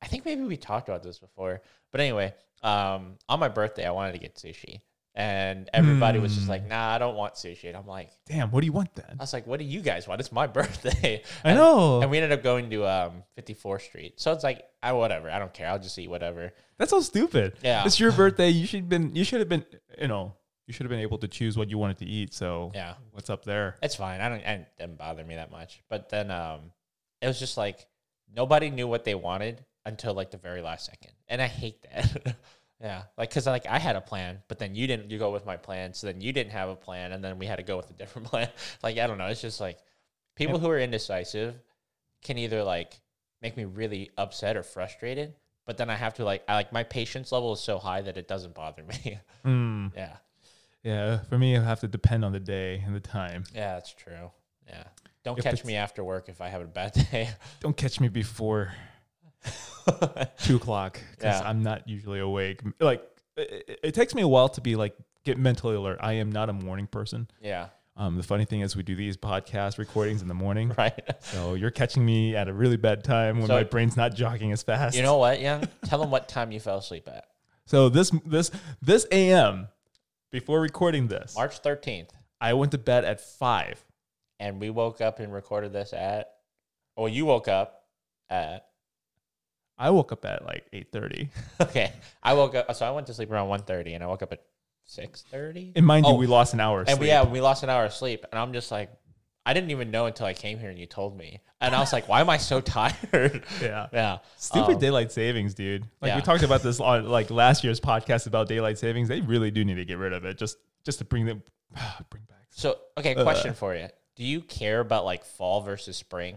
[SPEAKER 1] I think maybe we talked about this before. But anyway, um, on my birthday, I wanted to get sushi, and everybody was just
[SPEAKER 2] Hmm.
[SPEAKER 1] like, Nah, I don't want sushi. And I'm like,
[SPEAKER 2] Damn, what do you want then?
[SPEAKER 1] I was like, What do you guys want? It's my *laughs* birthday.
[SPEAKER 2] I
[SPEAKER 1] And-
[SPEAKER 2] know.
[SPEAKER 1] Uh, And we ended up going to um, 54th Street. So it's like, I whatever. I don't care. I'll just eat whatever.
[SPEAKER 2] That's so stupid.
[SPEAKER 1] Yeah. *laughs*
[SPEAKER 2] It's your birthday. You should been you should have been you know, you should have been able to choose what you wanted to eat. So
[SPEAKER 1] Yeah.
[SPEAKER 2] what's up there?
[SPEAKER 1] It's fine. I don't. It didn't bother me that much. But then, um, it was just like nobody knew what they wanted until like the very last second, and I hate that. *laughs* yeah, like because like I had a plan, but then you didn't. You go with my plan, so then you didn't have a plan, and then we had to go with a different *laughs* plan. like I don't know. It's just like people who are indecisive can either like make me really upset or frustrated, but then I have to like I like my patience level is so high that it doesn't bother me. *laughs*
[SPEAKER 2] Hmm.
[SPEAKER 1] yeah,
[SPEAKER 2] Yeah. For me it'll have to depend on the day and the time.
[SPEAKER 1] yeah, that's true. Yeah. Don't
[SPEAKER 2] If
[SPEAKER 1] catch
[SPEAKER 2] it's-
[SPEAKER 1] me after work if I have a bad *laughs* day.
[SPEAKER 2] Don't catch me before two o'clock because
[SPEAKER 1] Yeah.
[SPEAKER 2] I'm not usually awake. Like it, it- it takes me a while to be like get mentally alert. I am not a morning person.
[SPEAKER 1] yeah,
[SPEAKER 2] Um, the funny thing is we do these podcast recordings in the morning.
[SPEAKER 1] right.
[SPEAKER 2] So you're catching me at a really bad time when
[SPEAKER 1] So-
[SPEAKER 2] my brain's not jogging as fast.
[SPEAKER 1] You know what, Young? Tell them what time you fell asleep at.
[SPEAKER 2] So this this this AM before recording this,
[SPEAKER 1] March 13th.
[SPEAKER 2] I went to bed at five.
[SPEAKER 1] And we woke up and recorded this at, well, you woke up at, *laughs*
[SPEAKER 2] I woke up at like eight thirty.
[SPEAKER 1] okay. I woke up, so I went to sleep around 1.30 and I woke up at 6.30.
[SPEAKER 2] And mind
[SPEAKER 1] Oh,
[SPEAKER 2] you, we lost an hour. Of
[SPEAKER 1] And
[SPEAKER 2] sleep.
[SPEAKER 1] we, yeah, we lost an hour of sleep. And I'm just like, I didn't even know until I came here and you told me. And I was like, why am I so *laughs* tired?
[SPEAKER 2] *laughs* Yeah.
[SPEAKER 1] yeah.
[SPEAKER 2] Stupid
[SPEAKER 1] Um,
[SPEAKER 2] daylight savings, dude. Like
[SPEAKER 1] yeah.
[SPEAKER 2] we talked about this on like last year's podcast about daylight savings. They really do need to get rid of it just just to bring them *sighs* bring back.
[SPEAKER 1] So, okay,
[SPEAKER 2] Uh.
[SPEAKER 1] question for you. Do you care about like fall versus spring?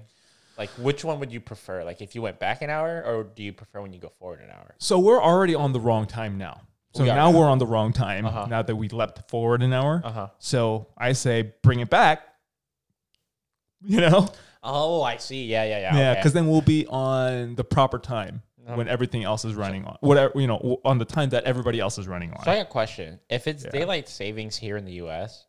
[SPEAKER 1] Like, which one would you prefer? Like, if you went back an hour, or do you prefer when you go forward an hour?
[SPEAKER 2] So we're already on the wrong time now. So
[SPEAKER 1] We are.
[SPEAKER 2] now we're on the wrong time now that we leapt forward an hour.
[SPEAKER 1] Uh-huh.
[SPEAKER 2] So I say bring it back. *laughs* You know?
[SPEAKER 1] Oh, I see. Yeah, yeah, yeah.
[SPEAKER 2] Yeah,
[SPEAKER 1] okay. Uh-huh.
[SPEAKER 2] because then we'll be on the proper time when everything else is running on. Whatever you know, w- on the time that everybody else is running on.
[SPEAKER 1] so I got a question. If it's daylight savings here in the U.S.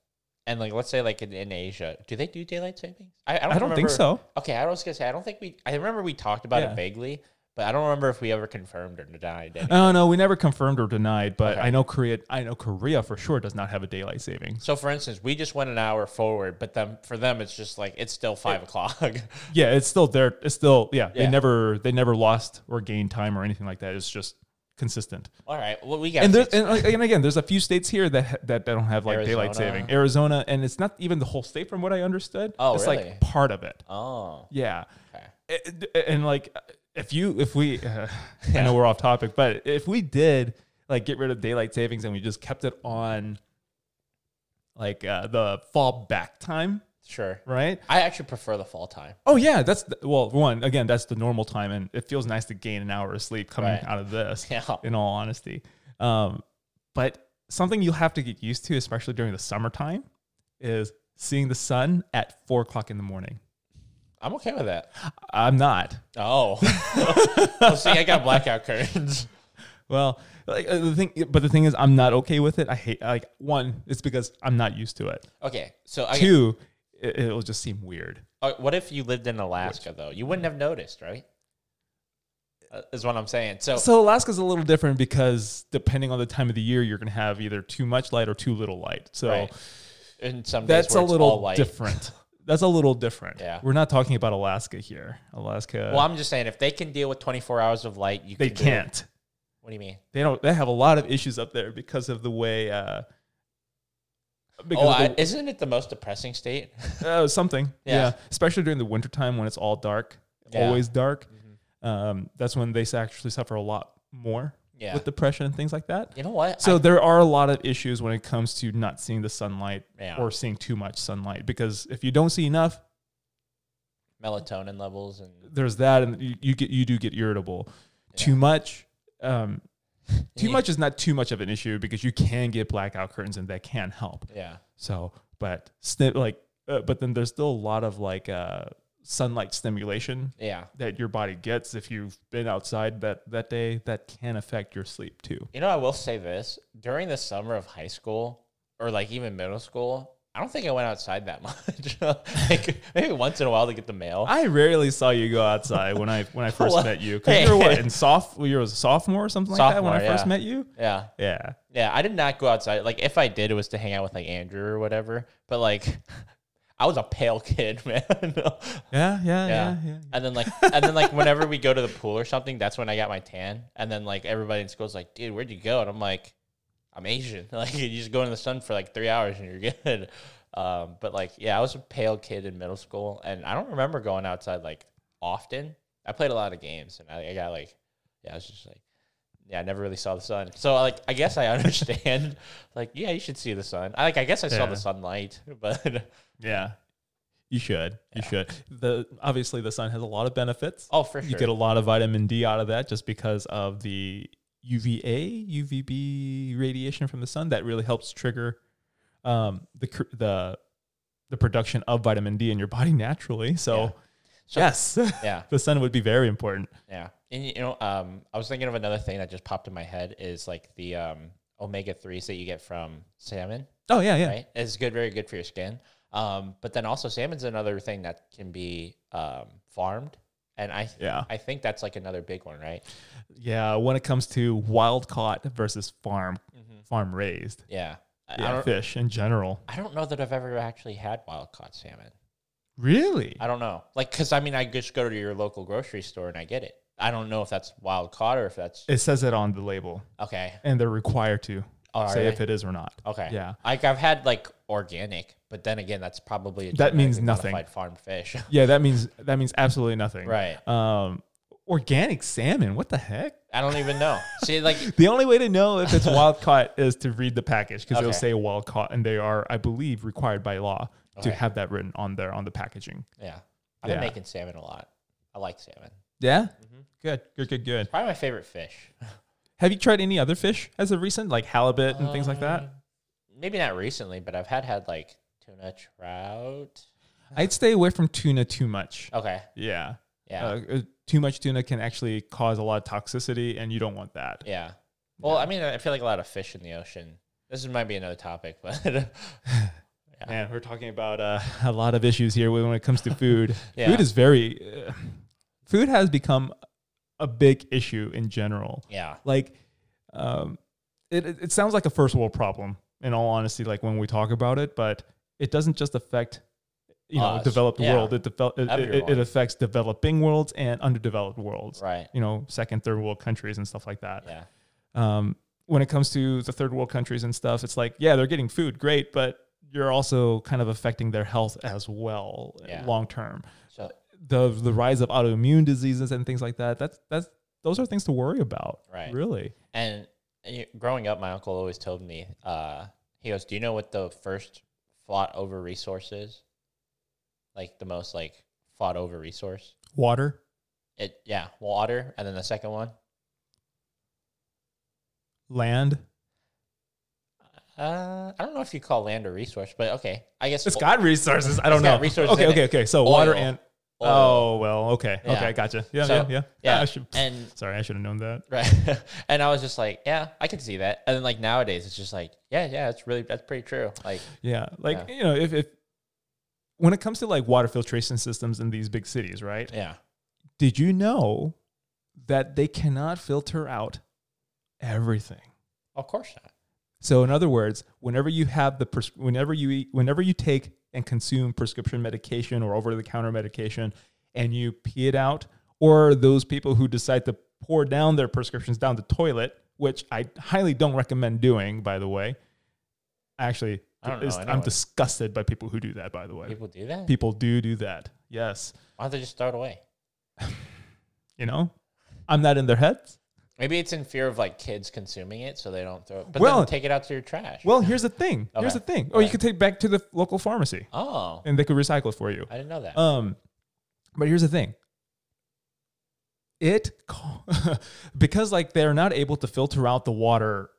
[SPEAKER 1] and like let's say like in, in Asia, do they do daylight savings? I, I don't,
[SPEAKER 2] I don't think
[SPEAKER 1] remember-
[SPEAKER 2] so.
[SPEAKER 1] Okay, I was gonna say I don't think we. I remember we talked about
[SPEAKER 2] Yeah.
[SPEAKER 1] it vaguely, but I don't remember if we ever confirmed or denied.
[SPEAKER 2] *laughs*
[SPEAKER 1] Anything.
[SPEAKER 2] Oh no, we never confirmed or denied, but
[SPEAKER 1] Okay.
[SPEAKER 2] I know Korea. I know Korea for sure does not have a daylight savings.
[SPEAKER 1] so, for instance, we just went an hour forward, but then for them, it's just like it's still five o'clock. *laughs*
[SPEAKER 2] Yeah, it's still there. It's still yeah.
[SPEAKER 1] Yeah.
[SPEAKER 2] They never they never lost or gained time or anything like that. It's just consistent.
[SPEAKER 1] All right, well, we got
[SPEAKER 2] And there's
[SPEAKER 1] fix
[SPEAKER 2] and, like, and again, there's a few states here that ha- that don't have like daylight
[SPEAKER 1] Arizona.
[SPEAKER 2] saving. Arizona, and it's not even the whole state, from what I understood.
[SPEAKER 1] Oh,
[SPEAKER 2] it's
[SPEAKER 1] really?
[SPEAKER 2] like part of it.
[SPEAKER 1] Oh,
[SPEAKER 2] Yeah.
[SPEAKER 1] okay.
[SPEAKER 2] And- and like if you if we
[SPEAKER 1] *laughs*
[SPEAKER 2] uh, i know we're off topic but if we did like get rid of daylight savings and we just kept it on like uh, the fall back time
[SPEAKER 1] Sure.
[SPEAKER 2] right
[SPEAKER 1] I actually prefer the fall time.
[SPEAKER 2] oh yeah that's the, well one again that's the normal time and it feels nice to gain an hour of sleep coming
[SPEAKER 1] Right.
[SPEAKER 2] out of this
[SPEAKER 1] *laughs* Yeah.
[SPEAKER 2] in all honesty um, but something you'll have to get used to especially during the summertime is seeing the sun at four o'clock in the morning
[SPEAKER 1] I'm okay with that.
[SPEAKER 2] i'm not *laughs*
[SPEAKER 1] Oh. oh see, I got blackout curtains.
[SPEAKER 2] Well, like uh, the thing, but the thing is, I'm not okay with it. I hate like one. It's because I'm not used to it.
[SPEAKER 1] Okay. So, I,
[SPEAKER 2] Two, it, it'll just seem weird.
[SPEAKER 1] uh, what if you lived in Alaska, though? You wouldn't have noticed, right? Uh, is what I'm saying. So,
[SPEAKER 2] So Alaska's a little different because depending on the time of the year, you're gonna have either too much light or too little light. So
[SPEAKER 1] right. in some days
[SPEAKER 2] that's
[SPEAKER 1] where
[SPEAKER 2] a
[SPEAKER 1] it's all
[SPEAKER 2] little
[SPEAKER 1] light.
[SPEAKER 2] different. *laughs* That's a little different.
[SPEAKER 1] Yeah.
[SPEAKER 2] We're not talking about Alaska here. Alaska,
[SPEAKER 1] Well, I'm just saying if they can deal with 24 hours of light, you
[SPEAKER 2] they
[SPEAKER 1] can do it.
[SPEAKER 2] can't.
[SPEAKER 1] What do you mean?
[SPEAKER 2] They don't. They have a lot of issues up there because of the way. Uh, because
[SPEAKER 1] Oh,
[SPEAKER 2] of
[SPEAKER 1] I,
[SPEAKER 2] the-
[SPEAKER 1] isn't it the most depressing state? *laughs*
[SPEAKER 2] Uh, something. Yeah.
[SPEAKER 1] Yeah.
[SPEAKER 2] Especially during the wintertime when it's all dark,
[SPEAKER 1] Yeah. Mm-hmm.
[SPEAKER 2] always dark. Um, that's when they s- actually suffer a lot more
[SPEAKER 1] Yeah.
[SPEAKER 2] with depression and things like that.
[SPEAKER 1] you know what?
[SPEAKER 2] So there are a lot of issues when it comes to not seeing the sunlight
[SPEAKER 1] Yeah.
[SPEAKER 2] or seeing too much sunlight because if you don't see enough,
[SPEAKER 1] I- melatonin levels and
[SPEAKER 2] there's that, and you, you get you do get irritable. Too much. Um, too
[SPEAKER 1] Yeah.
[SPEAKER 2] much is not too much of an issue because you can get blackout curtains and that can help.
[SPEAKER 1] yeah.
[SPEAKER 2] So, but sni- like, uh, but then there's still a lot of like uh, sunlight stimulation
[SPEAKER 1] Yeah.
[SPEAKER 2] that your body gets if you've been outside that that day that can affect your sleep too.
[SPEAKER 1] You know, I will say this during the summer of high school or like even middle school, I don't think I went outside that *laughs* much. like maybe once in a while to get the mail.
[SPEAKER 2] I rarely saw you go outside when I
[SPEAKER 1] *laughs*
[SPEAKER 2] when I first
[SPEAKER 1] What?
[SPEAKER 2] met you because you were what
[SPEAKER 1] Hey.
[SPEAKER 2] in soph you were a sophomore or something like that when I
[SPEAKER 1] Sophomore,
[SPEAKER 2] first
[SPEAKER 1] yeah.
[SPEAKER 2] met you.
[SPEAKER 1] yeah.
[SPEAKER 2] Yeah,
[SPEAKER 1] Yeah. I did not go outside. Like if I did, it was to hang out with like Andrew or whatever. But like *laughs* I was a pale kid, *laughs* man.
[SPEAKER 2] yeah, yeah, yeah,
[SPEAKER 1] Yeah.
[SPEAKER 2] yeah.
[SPEAKER 1] And then like and then like whenever we go to the pool or something, that's when I got my tan. And then like everybody in school's like, dude, where'd you go? And I'm like, I'm Asian. *laughs* Like you just go in the sun for like three hours and you're good. *laughs* Um, but like yeah, I was a pale kid in middle school and I don't remember going outside like often. I played a lot of games and I, I got like yeah, I was just like yeah, I never really saw the sun. So like I guess I *laughs* understand. like, yeah, you should see the sun. I like I guess I saw
[SPEAKER 2] Yeah.
[SPEAKER 1] the sunlight, *laughs* but
[SPEAKER 2] Yeah. You should. You should. The obviously the sun has a lot of benefits.
[SPEAKER 1] oh for sure.
[SPEAKER 2] You get a lot of vitamin D out of that just because of the UVA, UVB radiation from the sun that really helps trigger um, the cr- the the production of vitamin D in your body naturally. So,
[SPEAKER 1] Yeah. So-
[SPEAKER 2] *laughs* yes,
[SPEAKER 1] yeah.
[SPEAKER 2] the sun would be very important.
[SPEAKER 1] Yeah, and you know, um, I was thinking of another thing that just popped in my head is like the um, omega threes that you get from salmon,
[SPEAKER 2] Oh yeah, yeah.
[SPEAKER 1] right? It's good, very good for your skin. Um, but then also salmon's another thing that can be um, farmed, and I
[SPEAKER 2] Yeah.
[SPEAKER 1] I think that's like another big one, right?
[SPEAKER 2] Yeah, when it comes to wild caught versus farm farm raised.
[SPEAKER 1] Yeah, Mm-hmm. I- I
[SPEAKER 2] Yeah,
[SPEAKER 1] don't
[SPEAKER 2] fish in general.
[SPEAKER 1] I don't know that I've ever actually had wild caught salmon.
[SPEAKER 2] Really?
[SPEAKER 1] I don't know, like because I mean I just go to your local grocery store and I get it. I don't know if that's wild caught or if that's
[SPEAKER 2] It says it on the label
[SPEAKER 1] okay.
[SPEAKER 2] and they're required to
[SPEAKER 1] All
[SPEAKER 2] say
[SPEAKER 1] right.
[SPEAKER 2] if it is or not.
[SPEAKER 1] Okay.
[SPEAKER 2] Yeah.
[SPEAKER 1] Like I've had like organic, but then again, that's probably a
[SPEAKER 2] That means
[SPEAKER 1] genetically
[SPEAKER 2] nothing.
[SPEAKER 1] modified farmed fish. *laughs*
[SPEAKER 2] Yeah, that means that means absolutely nothing.
[SPEAKER 1] right.
[SPEAKER 2] Um, organic salmon. What the heck?
[SPEAKER 1] I don't even know. See, like
[SPEAKER 2] The only way to know if
[SPEAKER 1] *laughs*
[SPEAKER 2] it's wild caught is to read the package because it'll
[SPEAKER 1] Okay.
[SPEAKER 2] say wild caught, and they are, I believe, required by law
[SPEAKER 1] Okay.
[SPEAKER 2] to have that written on there on the packaging.
[SPEAKER 1] yeah, I've been
[SPEAKER 2] Yeah.
[SPEAKER 1] making salmon a lot. I like salmon.
[SPEAKER 2] Yeah. Mm-hmm. Good. Good. Good. Good.
[SPEAKER 1] Probably my favorite fish.
[SPEAKER 2] Have you tried any other fish as of recent, like halibut and things like
[SPEAKER 1] Um,
[SPEAKER 2] that?
[SPEAKER 1] Maybe not recently, but I've had had like tuna, trout.
[SPEAKER 2] I'd stay away from tuna too much.
[SPEAKER 1] Okay.
[SPEAKER 2] Yeah.
[SPEAKER 1] Oh. Yeah.
[SPEAKER 2] Uh, uh, too much tuna can actually cause a lot of toxicity, and you don't want that.
[SPEAKER 1] yeah. Well, I mean, I feel like a lot of fish in the ocean. This might be another topic, *laughs* but
[SPEAKER 2] Man, we're talking about uh, *laughs* a lot of issues here when it comes to food.
[SPEAKER 1] *laughs* Yeah.
[SPEAKER 2] Food is very, uh, food has become a big issue in general.
[SPEAKER 1] yeah,
[SPEAKER 2] Like, um, it, it it sounds like a first world problem in all honesty, like when we talk about it, but it doesn't just affect, you know,
[SPEAKER 1] Us.
[SPEAKER 2] developed
[SPEAKER 1] Yeah.
[SPEAKER 2] world. It, devel- it, it, it
[SPEAKER 1] Everyone.
[SPEAKER 2] affects developing worlds and underdeveloped worlds,
[SPEAKER 1] right.
[SPEAKER 2] you know, second, third world countries and stuff like that
[SPEAKER 1] Yeah.
[SPEAKER 2] um, when it comes to the third world countries and stuff, it's like, yeah, they're getting food, great, but you're also kind of affecting their health as well
[SPEAKER 1] Yeah.
[SPEAKER 2] long term.
[SPEAKER 1] So
[SPEAKER 2] The the rise of autoimmune diseases and things like that, that's that's those are things to worry about.
[SPEAKER 1] Right.
[SPEAKER 2] Really.
[SPEAKER 1] And you- growing up, my uncle always told me, uh, he goes, "Do you know what the first fought over resource is? Like the most like fought over resource?
[SPEAKER 2] Water.
[SPEAKER 1] It yeah, water, and then the second one,
[SPEAKER 2] Land.
[SPEAKER 1] uh, I don't know if you call land a resource, but okay, I guess
[SPEAKER 2] It's
[SPEAKER 1] o-
[SPEAKER 2] got resources. I don't
[SPEAKER 1] It's
[SPEAKER 2] know.
[SPEAKER 1] got resources
[SPEAKER 2] okay,
[SPEAKER 1] in
[SPEAKER 2] okay,
[SPEAKER 1] it.
[SPEAKER 2] okay. So water
[SPEAKER 1] Oil.
[SPEAKER 2] and
[SPEAKER 1] oil.
[SPEAKER 2] Oh well, okay.
[SPEAKER 1] Yeah.
[SPEAKER 2] Okay, gotcha. Yeah,
[SPEAKER 1] So,
[SPEAKER 2] yeah, yeah.
[SPEAKER 1] yeah,
[SPEAKER 2] I should-
[SPEAKER 1] and *laughs*
[SPEAKER 2] sorry, I should have known that.
[SPEAKER 1] right, and I was just like, yeah, I can see that, and then like nowadays, it's just like, yeah, yeah, it's really that's pretty true, like
[SPEAKER 2] Yeah. Like,
[SPEAKER 1] Yeah.
[SPEAKER 2] you know, if, if when it comes to like water filtration systems in these big cities, right?
[SPEAKER 1] yeah,
[SPEAKER 2] Did you know that they cannot filter out everything?
[SPEAKER 1] of course not,
[SPEAKER 2] So in other words, whenever you have the pres- whenever you eat, whenever you take and consume prescription medication or over the counter medication and you pee it out or those people who decide to pour down their prescriptions down the toilet, which I highly don't recommend doing by the way. Actually,
[SPEAKER 1] I don't know,
[SPEAKER 2] it's-
[SPEAKER 1] I know
[SPEAKER 2] I'm
[SPEAKER 1] it.
[SPEAKER 2] disgusted by people who do that by the way.
[SPEAKER 1] People do that.
[SPEAKER 2] people do do that. Yes.
[SPEAKER 1] Why don't they just throw it away?
[SPEAKER 2] You know? I'm not in their heads.
[SPEAKER 1] Maybe it's in fear of like kids consuming it, so they don't throw it. But
[SPEAKER 2] Well-
[SPEAKER 1] then take it out to your trash.
[SPEAKER 2] Well, here's the thing. Here's the
[SPEAKER 1] Okay.
[SPEAKER 2] thing. Or you could take back to the local pharmacy
[SPEAKER 1] oh,
[SPEAKER 2] and they could recycle it for you.
[SPEAKER 1] I didn't know that.
[SPEAKER 2] Um, but here's the thing. It co- *laughs* because like they're not able to filter out the water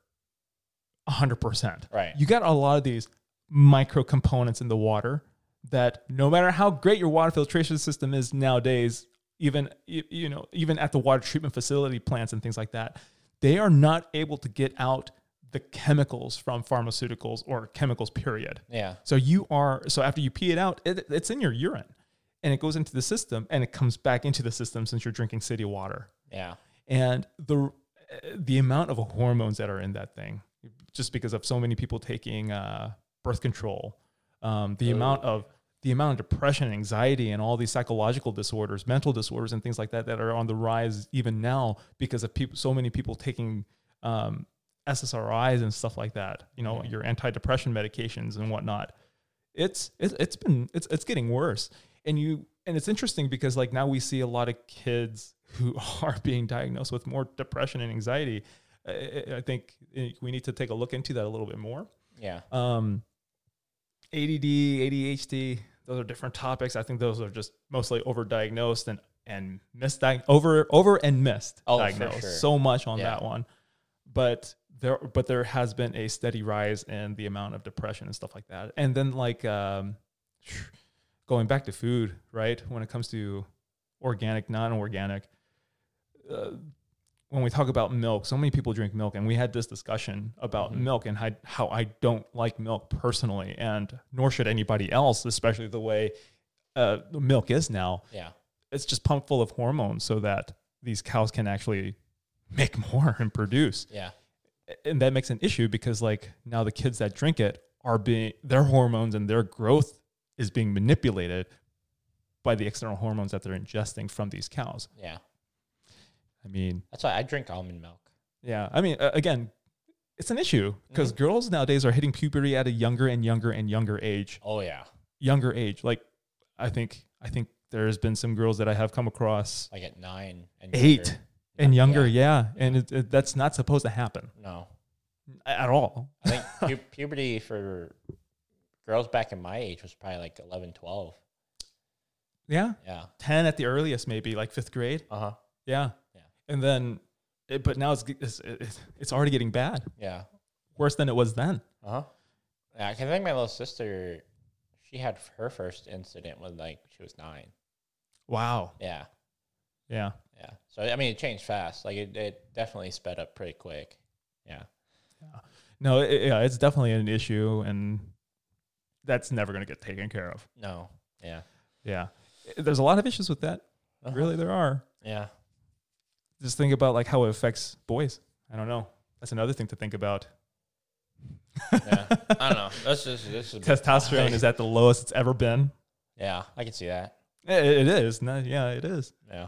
[SPEAKER 2] 100%.
[SPEAKER 1] Right.
[SPEAKER 2] You got a lot of these micro components in the water that no matter how great your water filtration system is nowadays, even y- you know, even at the water treatment facility plants and things like that, they are not able to get out the chemicals from pharmaceuticals or chemicals period.
[SPEAKER 1] yeah.
[SPEAKER 2] So you are so after you pee it out, it, it's in your urine, and it goes into the system, and it comes back into the system since you're drinking city water,
[SPEAKER 1] Yeah.
[SPEAKER 2] and the the amount of hormones that are in that thing, just because of so many people taking uh, birth control, um, the amount of the amount of depression, anxiety, and all these psychological disorders, mental disorders, and things like that that are on the rise even now because of people, so many people taking um, SSRIs and stuff like that. You know, your antidepressant medications and whatnot. It's it's it's been it's it's getting worse, and you and it's interesting because like now we see a lot of kids who *laughs* are being diagnosed with more depression and anxiety. I- I, I think eh, we need to take a look into that a little bit more
[SPEAKER 1] Yeah.
[SPEAKER 2] um, ADD, ADHD. Those are different topics. I think those are just mostly overdiagnosed and and misdiag over over and missed
[SPEAKER 1] Oh, for
[SPEAKER 2] diagnosed
[SPEAKER 1] sure.
[SPEAKER 2] so much on
[SPEAKER 1] Yeah.
[SPEAKER 2] that one. But there but there has been a steady rise in the amount of depression and stuff like that. And then like um, going back to food, right? When it comes to organic, non-organic, uh, when we talk about milk, so many people drink milk, and we had this discussion about
[SPEAKER 1] Mhm.
[SPEAKER 2] milk and how, how I don't like milk personally, and nor should anybody else, especially the way uh, milk is now.
[SPEAKER 1] Yeah.
[SPEAKER 2] It's just pumped full of hormones so that these cows can actually make more and produce
[SPEAKER 1] Yeah.
[SPEAKER 2] and that makes an issue because like now the kids that drink it are being their hormones and their growth is being manipulated by the external hormones that they're ingesting from these cows.
[SPEAKER 1] Yeah.
[SPEAKER 2] I mean,
[SPEAKER 1] That's why I drink almond milk.
[SPEAKER 2] yeah, I mean uh, again, it's an issue because girls nowadays are hitting puberty at a younger and younger and younger age.
[SPEAKER 1] Oh yeah.
[SPEAKER 2] Younger age, like I think I think there's been some girls that I have come across
[SPEAKER 1] Like at nine and
[SPEAKER 2] eight
[SPEAKER 1] younger.
[SPEAKER 2] and younger, yeah, and it, it, that's not supposed to happen
[SPEAKER 1] No.
[SPEAKER 2] a- at all.
[SPEAKER 1] I think pu-
[SPEAKER 2] *laughs*
[SPEAKER 1] puberty for girls back in my age was probably like 11, 12.
[SPEAKER 2] Yeah,
[SPEAKER 1] Yeah.
[SPEAKER 2] ten at the earliest, maybe like fifth grade.
[SPEAKER 1] Uh huh.
[SPEAKER 2] Yeah.
[SPEAKER 1] Yeah.
[SPEAKER 2] And then, it, but now it's, it's it's it's already getting bad,
[SPEAKER 1] Yeah.
[SPEAKER 2] worse than it was then.
[SPEAKER 1] Uh huh. I can think my little sister, she had her first incident when like she was nine.
[SPEAKER 2] Wow.
[SPEAKER 1] Yeah.
[SPEAKER 2] Yeah.
[SPEAKER 1] Yeah. So I mean, it changed fast. Like it, it definitely sped up pretty quick. Yeah.
[SPEAKER 2] No. It, yeah. It's definitely an issue, and that's never going to get taken care of.
[SPEAKER 1] No. Yeah.
[SPEAKER 2] Yeah. There's a lot of issues with that.
[SPEAKER 1] Uh-huh.
[SPEAKER 2] Really, there are.
[SPEAKER 1] Yeah.
[SPEAKER 2] Just think about like how it affects boys. I don't know. That's another thing to think about.
[SPEAKER 1] Yeah. *laughs*
[SPEAKER 2] *laughs*
[SPEAKER 1] I don't know. That's just this is
[SPEAKER 2] Testosterone is at the lowest it's ever been.
[SPEAKER 1] Yeah, I can see that.
[SPEAKER 2] It, it is. No, yeah, it is.
[SPEAKER 1] Yeah.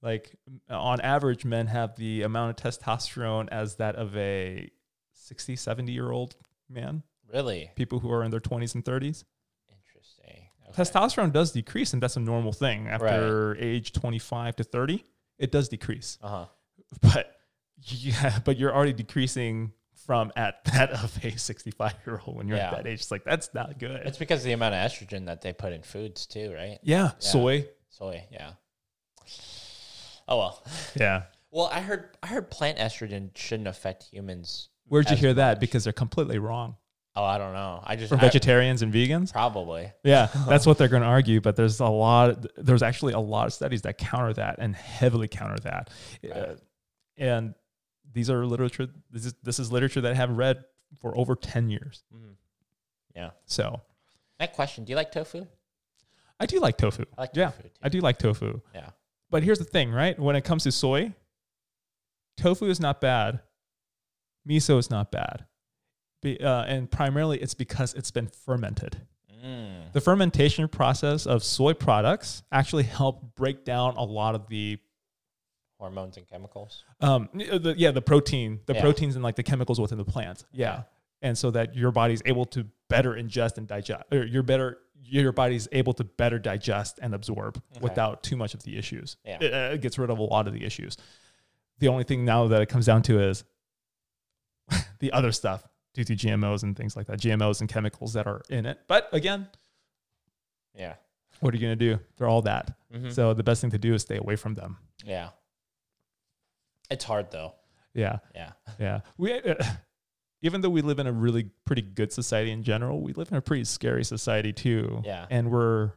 [SPEAKER 2] like m- on average men have the amount of testosterone as that of a 60 70 year old man
[SPEAKER 1] Really
[SPEAKER 2] people who are in their 20s and 30s
[SPEAKER 1] interesting. Okay.
[SPEAKER 2] testosterone does decrease and that's a normal thing after age 25 to 30 it does decrease *laughs*
[SPEAKER 1] Uh huh.
[SPEAKER 2] but yeah but you're already decreasing from at that of a 65 year old when you're at
[SPEAKER 1] Yeah.
[SPEAKER 2] that age it's like that's not good
[SPEAKER 1] It's because of the amount of estrogen that they put in foods too, right?
[SPEAKER 2] yeah, soy
[SPEAKER 1] Soy. Yeah. Oh well.
[SPEAKER 2] yeah
[SPEAKER 1] Well, I heard I heard plant estrogen shouldn't affect humans.
[SPEAKER 2] where'd you
[SPEAKER 1] As
[SPEAKER 2] hear that because they're completely wrong
[SPEAKER 1] Oh, I don't know. I just
[SPEAKER 2] from
[SPEAKER 1] I-
[SPEAKER 2] vegetarians and vegans
[SPEAKER 1] probably.
[SPEAKER 2] *laughs* Yeah, that's what they're going to argue. But there's a lot. There's actually a lot of studies that counter that and heavily counter that. Uh, and these are literature. This is this is literature that I have read for over ten years.
[SPEAKER 1] Yeah.
[SPEAKER 2] So
[SPEAKER 1] My Mm. question: Do you like tofu?
[SPEAKER 2] I do like tofu.
[SPEAKER 1] I like
[SPEAKER 2] yeah,
[SPEAKER 1] tofu, too.
[SPEAKER 2] I do like tofu.
[SPEAKER 1] Yeah.
[SPEAKER 2] But here's the thing, right? When it comes to soy, tofu is not bad. Miso is not bad. Be, uh, and primarily it's because it's been fermented.
[SPEAKER 1] Mm.
[SPEAKER 2] The fermentation process of soy products actually help break down a lot of the
[SPEAKER 1] Hormones and chemicals.
[SPEAKER 2] um y- the, yeah the protein the
[SPEAKER 1] Yeah.
[SPEAKER 2] proteins and like the chemicals within the plant yeah and so that your body's able to better ingest and digest or your better your body's able to better digest and absorb without too much of the issues
[SPEAKER 1] Yeah.
[SPEAKER 2] it, uh, it gets rid of a lot of the issues the only thing now that it comes down to is *laughs* the other stuff due to gmos and things like that gmos and chemicals that are in it but again
[SPEAKER 1] Yeah.
[SPEAKER 2] what are you going to do they're all that
[SPEAKER 1] Mhm.
[SPEAKER 2] so the best thing to do is stay away from them
[SPEAKER 1] Yeah. It's hard though.
[SPEAKER 2] yeah
[SPEAKER 1] Yeah.
[SPEAKER 2] Yeah. We *laughs* uh, even though we live in a really pretty good society in general, we live in a pretty scary society too.
[SPEAKER 1] Yeah.
[SPEAKER 2] And we're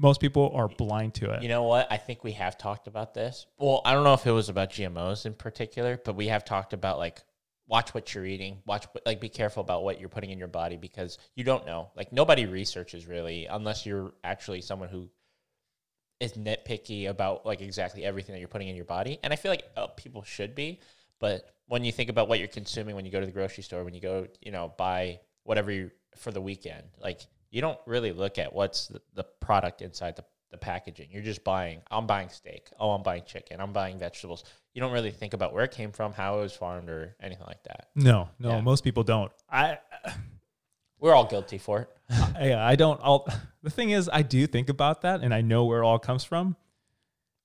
[SPEAKER 2] most people are blind to it.
[SPEAKER 1] You know what? I think we have talked about this. Well, I don't know if it was about GMOs in particular, but we have talked about like watch what you're eating, watch what, like be careful about what you're putting in your body because you don't know. Like nobody researches really unless you're actually someone who is nitpicky about like exactly everything that you're putting in your body. And I feel like uh, people should be, but when you think about what you're consuming when you go to the grocery store, when you go, you know, buy whatever you for the weekend, like you don't really look at what's the, the product inside the, the packaging. You're just buying, I'm buying steak. Oh, I'm buying chicken. I'm buying vegetables. You don't really think about where it came from, how it was farmed, or anything like that.
[SPEAKER 2] No, no,
[SPEAKER 1] Yeah.
[SPEAKER 2] most people don't. I
[SPEAKER 1] We're all guilty for it.
[SPEAKER 2] I, I don't I'll, the thing is I do think about that and I know where it all comes from,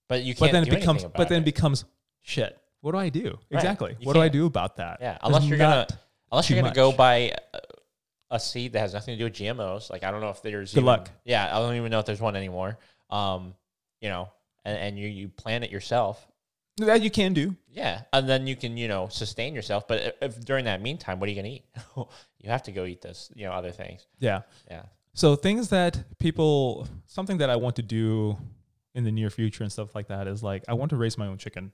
[SPEAKER 1] But you can't
[SPEAKER 2] but then
[SPEAKER 1] do
[SPEAKER 2] it becomes
[SPEAKER 1] anything about
[SPEAKER 2] but then
[SPEAKER 1] it.
[SPEAKER 2] it becomes shit. What do I do? Exactly.
[SPEAKER 1] You
[SPEAKER 2] What do I
[SPEAKER 1] can't.
[SPEAKER 2] do about that?
[SPEAKER 1] Yeah,
[SPEAKER 2] There's
[SPEAKER 1] unless you're gonna
[SPEAKER 2] not-
[SPEAKER 1] unless you're
[SPEAKER 2] too
[SPEAKER 1] gonna go
[SPEAKER 2] much.
[SPEAKER 1] buy a, a seed that has nothing to do with GMOs. Like I don't know if there's
[SPEAKER 2] Good
[SPEAKER 1] even-
[SPEAKER 2] luck.
[SPEAKER 1] Yeah, I don't even know if there's one anymore. Um, you know, and, and you you plant it yourself.
[SPEAKER 2] that you can do.
[SPEAKER 1] Yeah, and then you can you know sustain yourself. But if, if during that meantime, what are you gonna eat? *laughs* you have to go eat this. You know, other things.
[SPEAKER 2] Yeah.
[SPEAKER 1] Yeah.
[SPEAKER 2] So things that people, something that I want to do in the near future and stuff like that is like I want to raise my own chicken.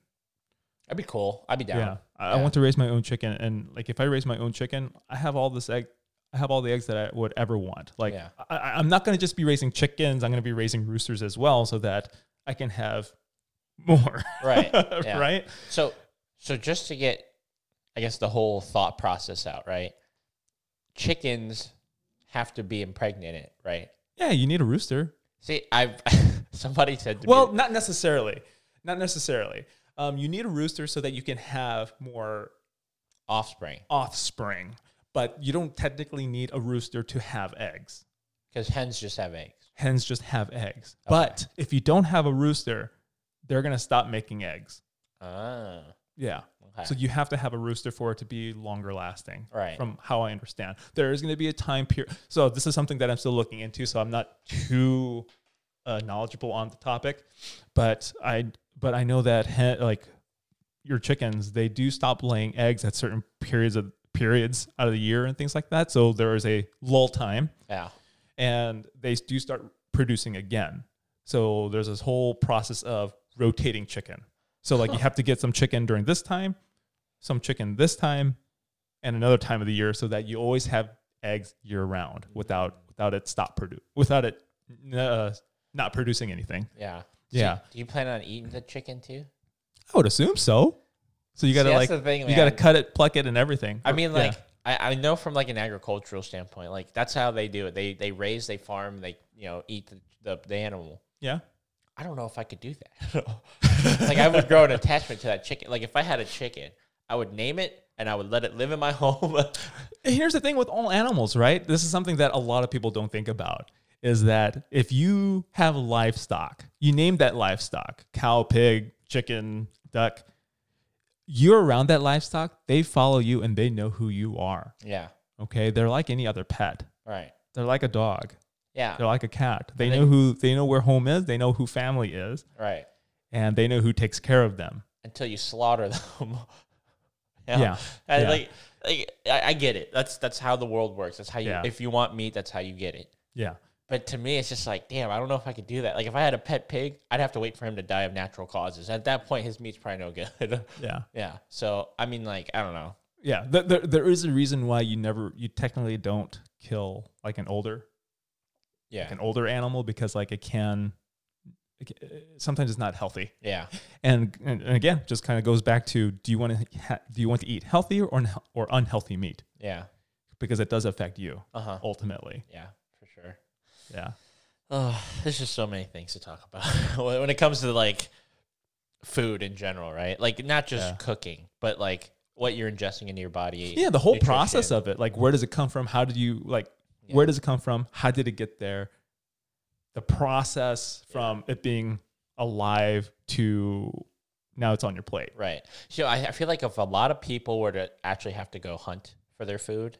[SPEAKER 1] That'd be cool. I'd be down.
[SPEAKER 2] Yeah, I, I
[SPEAKER 1] Yeah.
[SPEAKER 2] want to raise my own chicken, and like if I raise my own chicken, I have all this egg. I have all the eggs that I would ever want. Like
[SPEAKER 1] Yeah.
[SPEAKER 2] I, I- I'm not going to just be raising chickens. I'm going to be raising roosters as well, so that I can have *laughs* more. *laughs*
[SPEAKER 1] Right. Yeah.
[SPEAKER 2] right.
[SPEAKER 1] So, so just to get, I guess, the whole thought process out, right? Chickens have to be impregnated, right?
[SPEAKER 2] Yeah. You need a rooster.
[SPEAKER 1] See, I've *laughs* somebody said to
[SPEAKER 2] Well,
[SPEAKER 1] me,
[SPEAKER 2] not necessarily. Not necessarily. Um, you need a rooster so that you can have more
[SPEAKER 1] offspring
[SPEAKER 2] offspring, but you don't technically need a rooster to have eggs.
[SPEAKER 1] because hens just have eggs.
[SPEAKER 2] Hens just have eggs. But if you don't have a rooster, they're going to stop making eggs.
[SPEAKER 1] Ah,
[SPEAKER 2] Yeah.
[SPEAKER 1] okay.
[SPEAKER 2] So you have to have a rooster for it to be longer lasting.
[SPEAKER 1] Right.
[SPEAKER 2] From how I understand, there is going to be a time period. So this is something that I'm still looking into. So I'm not too uh, knowledgeable on the topic, but I but I know that hen, like your chickens, they do stop laying eggs at certain periods of periods out of the year and things like that. So there is a lull time
[SPEAKER 1] yeah,
[SPEAKER 2] and they do start producing again. So there's this whole process of rotating chicken. So like you have to get some chicken during this time, some chicken this time, and another time of the year, so that you always have eggs year round without without it stop produ- without it uh, not producing anything.
[SPEAKER 1] yeah,
[SPEAKER 2] Yeah.
[SPEAKER 1] Do you plan on eating the chicken too?
[SPEAKER 2] I would assume so. So you gotta
[SPEAKER 1] See,
[SPEAKER 2] like
[SPEAKER 1] that's the thing,
[SPEAKER 2] you gotta
[SPEAKER 1] man.
[SPEAKER 2] cut it, pluck it, and everything.
[SPEAKER 1] I mean,
[SPEAKER 2] Yeah.
[SPEAKER 1] like I, I know from like an agricultural standpoint, like that's how they do it. They they raise, they farm, they you know eat the the, the animal.
[SPEAKER 2] yeah.
[SPEAKER 1] I don't know if I could do that. *laughs* like I would grow an attachment to that chicken. Like if I had a chicken, I would name it and I would let it live in my *laughs* home.
[SPEAKER 2] And here's the thing with all animals, right? This is something that a lot of people don't think about is that if you have livestock, you name that livestock cow, pig, chicken, duck, you're around that livestock, they follow you and they know who you are.
[SPEAKER 1] yeah,
[SPEAKER 2] Okay. They're like any other pet,
[SPEAKER 1] right.
[SPEAKER 2] they're like a dog,
[SPEAKER 1] Yeah,
[SPEAKER 2] they're like a cat. They know who, they know where home is, they know who family is,
[SPEAKER 1] right.
[SPEAKER 2] and they know who takes care of them.
[SPEAKER 1] until you slaughter them. *laughs*
[SPEAKER 2] Yeah,
[SPEAKER 1] I,
[SPEAKER 2] yeah.
[SPEAKER 1] Uh, Like, like I, I get it. That's that's how the world works. That's how you
[SPEAKER 2] Yeah.
[SPEAKER 1] if you want meat, that's how you get it.
[SPEAKER 2] Yeah.
[SPEAKER 1] But to me, it's just like, damn, I don't know if I could do that. Like, if I had a pet pig, I'd have to wait for him to die of natural causes. At that point, his meat's probably no good. *laughs*
[SPEAKER 2] Yeah.
[SPEAKER 1] yeah. So, I mean, like, I don't know.
[SPEAKER 2] Yeah, th- there, there is a reason why you never, you technically don't kill like an older
[SPEAKER 1] Yeah.
[SPEAKER 2] an older animal because like it can it ca- uh, sometimes it's not healthy
[SPEAKER 1] Yeah.
[SPEAKER 2] and and, and again just kind of goes back to do you want to ha- do you want to eat healthy or unhe- or unhealthy meat
[SPEAKER 1] Yeah.
[SPEAKER 2] because it does affect you
[SPEAKER 1] Uh huh.
[SPEAKER 2] ultimately.
[SPEAKER 1] Yeah, for sure. *sighs*
[SPEAKER 2] Yeah.
[SPEAKER 1] Oh, there's just so many things to talk about *laughs* when when it comes to like food in general, right? Like not just
[SPEAKER 2] Yeah.
[SPEAKER 1] cooking, but like what you're ingesting into your body.
[SPEAKER 2] Yeah, the whole
[SPEAKER 1] nutrition.
[SPEAKER 2] process of it. Like where does it come from? How did you like
[SPEAKER 1] Yeah.
[SPEAKER 2] where does it come from? How did it get there? The process from it being alive to now it's on your plate.
[SPEAKER 1] Right. So I, I feel like if a lot of people were to actually have to go hunt for their food,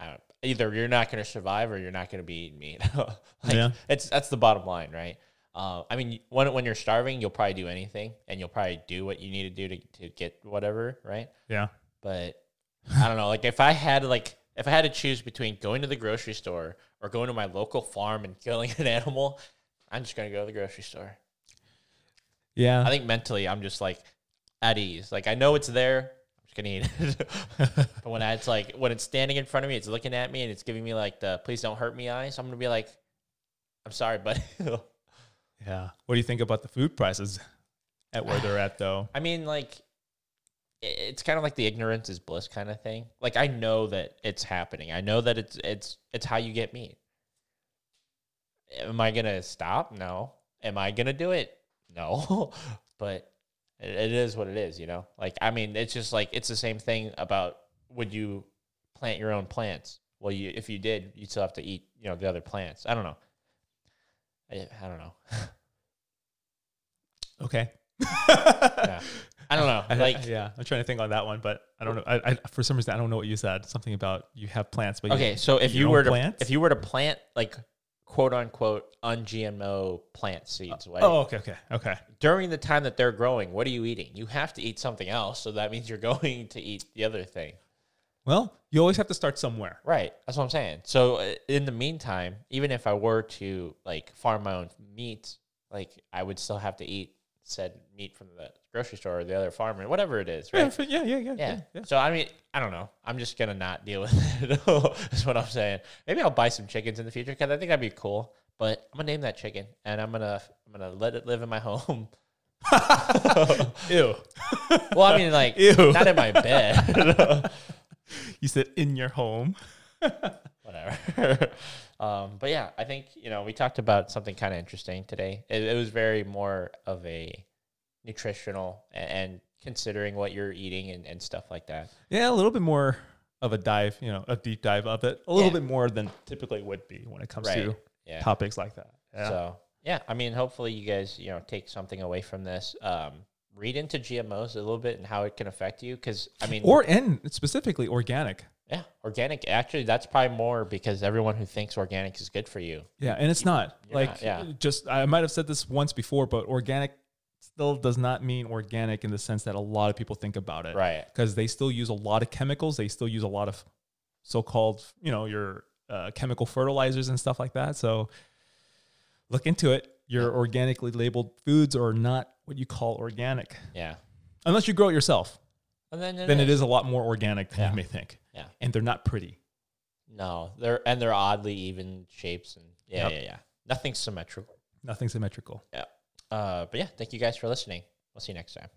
[SPEAKER 1] I don't, either you're not going to survive or you're not going to be eating meat. *laughs* like,
[SPEAKER 2] Yeah.
[SPEAKER 1] It's that's the bottom line, right? Uh, I mean, when when you're starving, you'll probably do anything, and you'll probably do what you need to do to to get whatever, right?
[SPEAKER 2] Yeah.
[SPEAKER 1] But I don't know. Like if I had like if I had to choose between going to the grocery store or going to my local farm and killing an *laughs* animal, I'm just going to go to the grocery store.
[SPEAKER 2] Yeah.
[SPEAKER 1] I think mentally, I'm just like at ease. Like I know it's there. I'm just gonna eat it. *laughs* but when I, it's like when it's standing in front of me, it's looking at me, and it's giving me like the "please don't hurt me" eyes. I'm gonna be like, "I'm sorry, buddy." *laughs*
[SPEAKER 2] yeah. What do you think about the food prices at where they're at though?
[SPEAKER 1] I mean, like i- it's kind of like the ignorance is bliss kind of thing. Like I know that it's happening. I know that it's it's it's how you get meat. Am I gonna stop? No. Am I gonna do it? No. *laughs* but it, it is what it is, you know. Like I mean, it's just like it's the same thing about would you plant your own plants? Well, you if you did, you'd still have to eat, you know, the other plants. I don't know. I, I don't know.
[SPEAKER 2] Okay.
[SPEAKER 1] I don't know.
[SPEAKER 2] *laughs* I-
[SPEAKER 1] *laughs* Like
[SPEAKER 2] yeah, I'm trying to think on that one, but I don't know. I, I for some reason I don't know what you said. Something about you have plants, but you-
[SPEAKER 1] Okay, so if
[SPEAKER 2] your
[SPEAKER 1] you
[SPEAKER 2] own
[SPEAKER 1] were to
[SPEAKER 2] plants?
[SPEAKER 1] if you were to plant like quote unquote un-GMO plant seeds, like
[SPEAKER 2] oh, okay, okay, okay.
[SPEAKER 1] during the time that they're growing, what are you eating? You have to eat something else, so that means you're *laughs* going to eat the other thing,
[SPEAKER 2] Well, you always have to start somewhere.
[SPEAKER 1] right? That's what I'm saying. So uh, in the meantime, even if I were to like farm my own meat, like I would still have to eat said meat from the grocery store or the other farm or whatever it is,
[SPEAKER 2] Yeah,
[SPEAKER 1] right?
[SPEAKER 2] for- yeah, yeah, yeah,
[SPEAKER 1] Yeah.
[SPEAKER 2] yeah, yeah.
[SPEAKER 1] So I mean, I don't know. I'm just gonna not deal with *laughs* it. That's what I'm saying. Maybe I'll buy some chickens in the future because I think that'd be cool. But I'm gonna name that chicken, and I'm gonna I'm gonna let it live in my *laughs* home. *laughs*
[SPEAKER 2] Ew.
[SPEAKER 1] Well, I mean, like
[SPEAKER 2] Ew.
[SPEAKER 1] not in my *laughs*
[SPEAKER 2] *laughs*
[SPEAKER 1] bed.
[SPEAKER 2] You said in your home.
[SPEAKER 1] Whatever. *laughs* um, but yeah, I think you know we talked about something kind of interesting today. It, it was very more of a nutritional and, and considering what you're eating and, and stuff like that.
[SPEAKER 2] Yeah, a little bit more of a dive, you know, a deep dive of it. A little
[SPEAKER 1] Yeah.
[SPEAKER 2] bit more than typically would be when it comes
[SPEAKER 1] Right.
[SPEAKER 2] to
[SPEAKER 1] Yeah.
[SPEAKER 2] topics like that. Yeah.
[SPEAKER 1] So yeah, I mean, hopefully you guys you know take something away from this. Um, read into GMOs a little bit and how it can affect you, because I mean,
[SPEAKER 2] Or and specifically organic.
[SPEAKER 1] yeah, organic. Actually, that's probably more because everyone who thinks organic is good for you.
[SPEAKER 2] Yeah, and it's not
[SPEAKER 1] You're
[SPEAKER 2] like
[SPEAKER 1] not- yeah.
[SPEAKER 2] just I might have said this once before, but organic still does not mean organic in the sense that a lot of people think about it.
[SPEAKER 1] Right.
[SPEAKER 2] because they still use a lot of chemicals. They still use a lot of so-called, you know, your uh, chemical fertilizers and stuff like that. So look into it. Your organically labeled foods are not what you call organic,
[SPEAKER 1] Yeah.
[SPEAKER 2] unless you grow it yourself.
[SPEAKER 1] And then
[SPEAKER 2] Then it is a lot more organic than
[SPEAKER 1] Yeah.
[SPEAKER 2] you may think.
[SPEAKER 1] Yeah.
[SPEAKER 2] and they're not pretty.
[SPEAKER 1] No, they're and they're oddly even shapes and yeah,
[SPEAKER 2] Yep.
[SPEAKER 1] yeah, yeah. Nothing symmetrical.
[SPEAKER 2] Nothing symmetrical.
[SPEAKER 1] Yeah. Uh, but yeah, thank you guys for listening. We'll see you next time.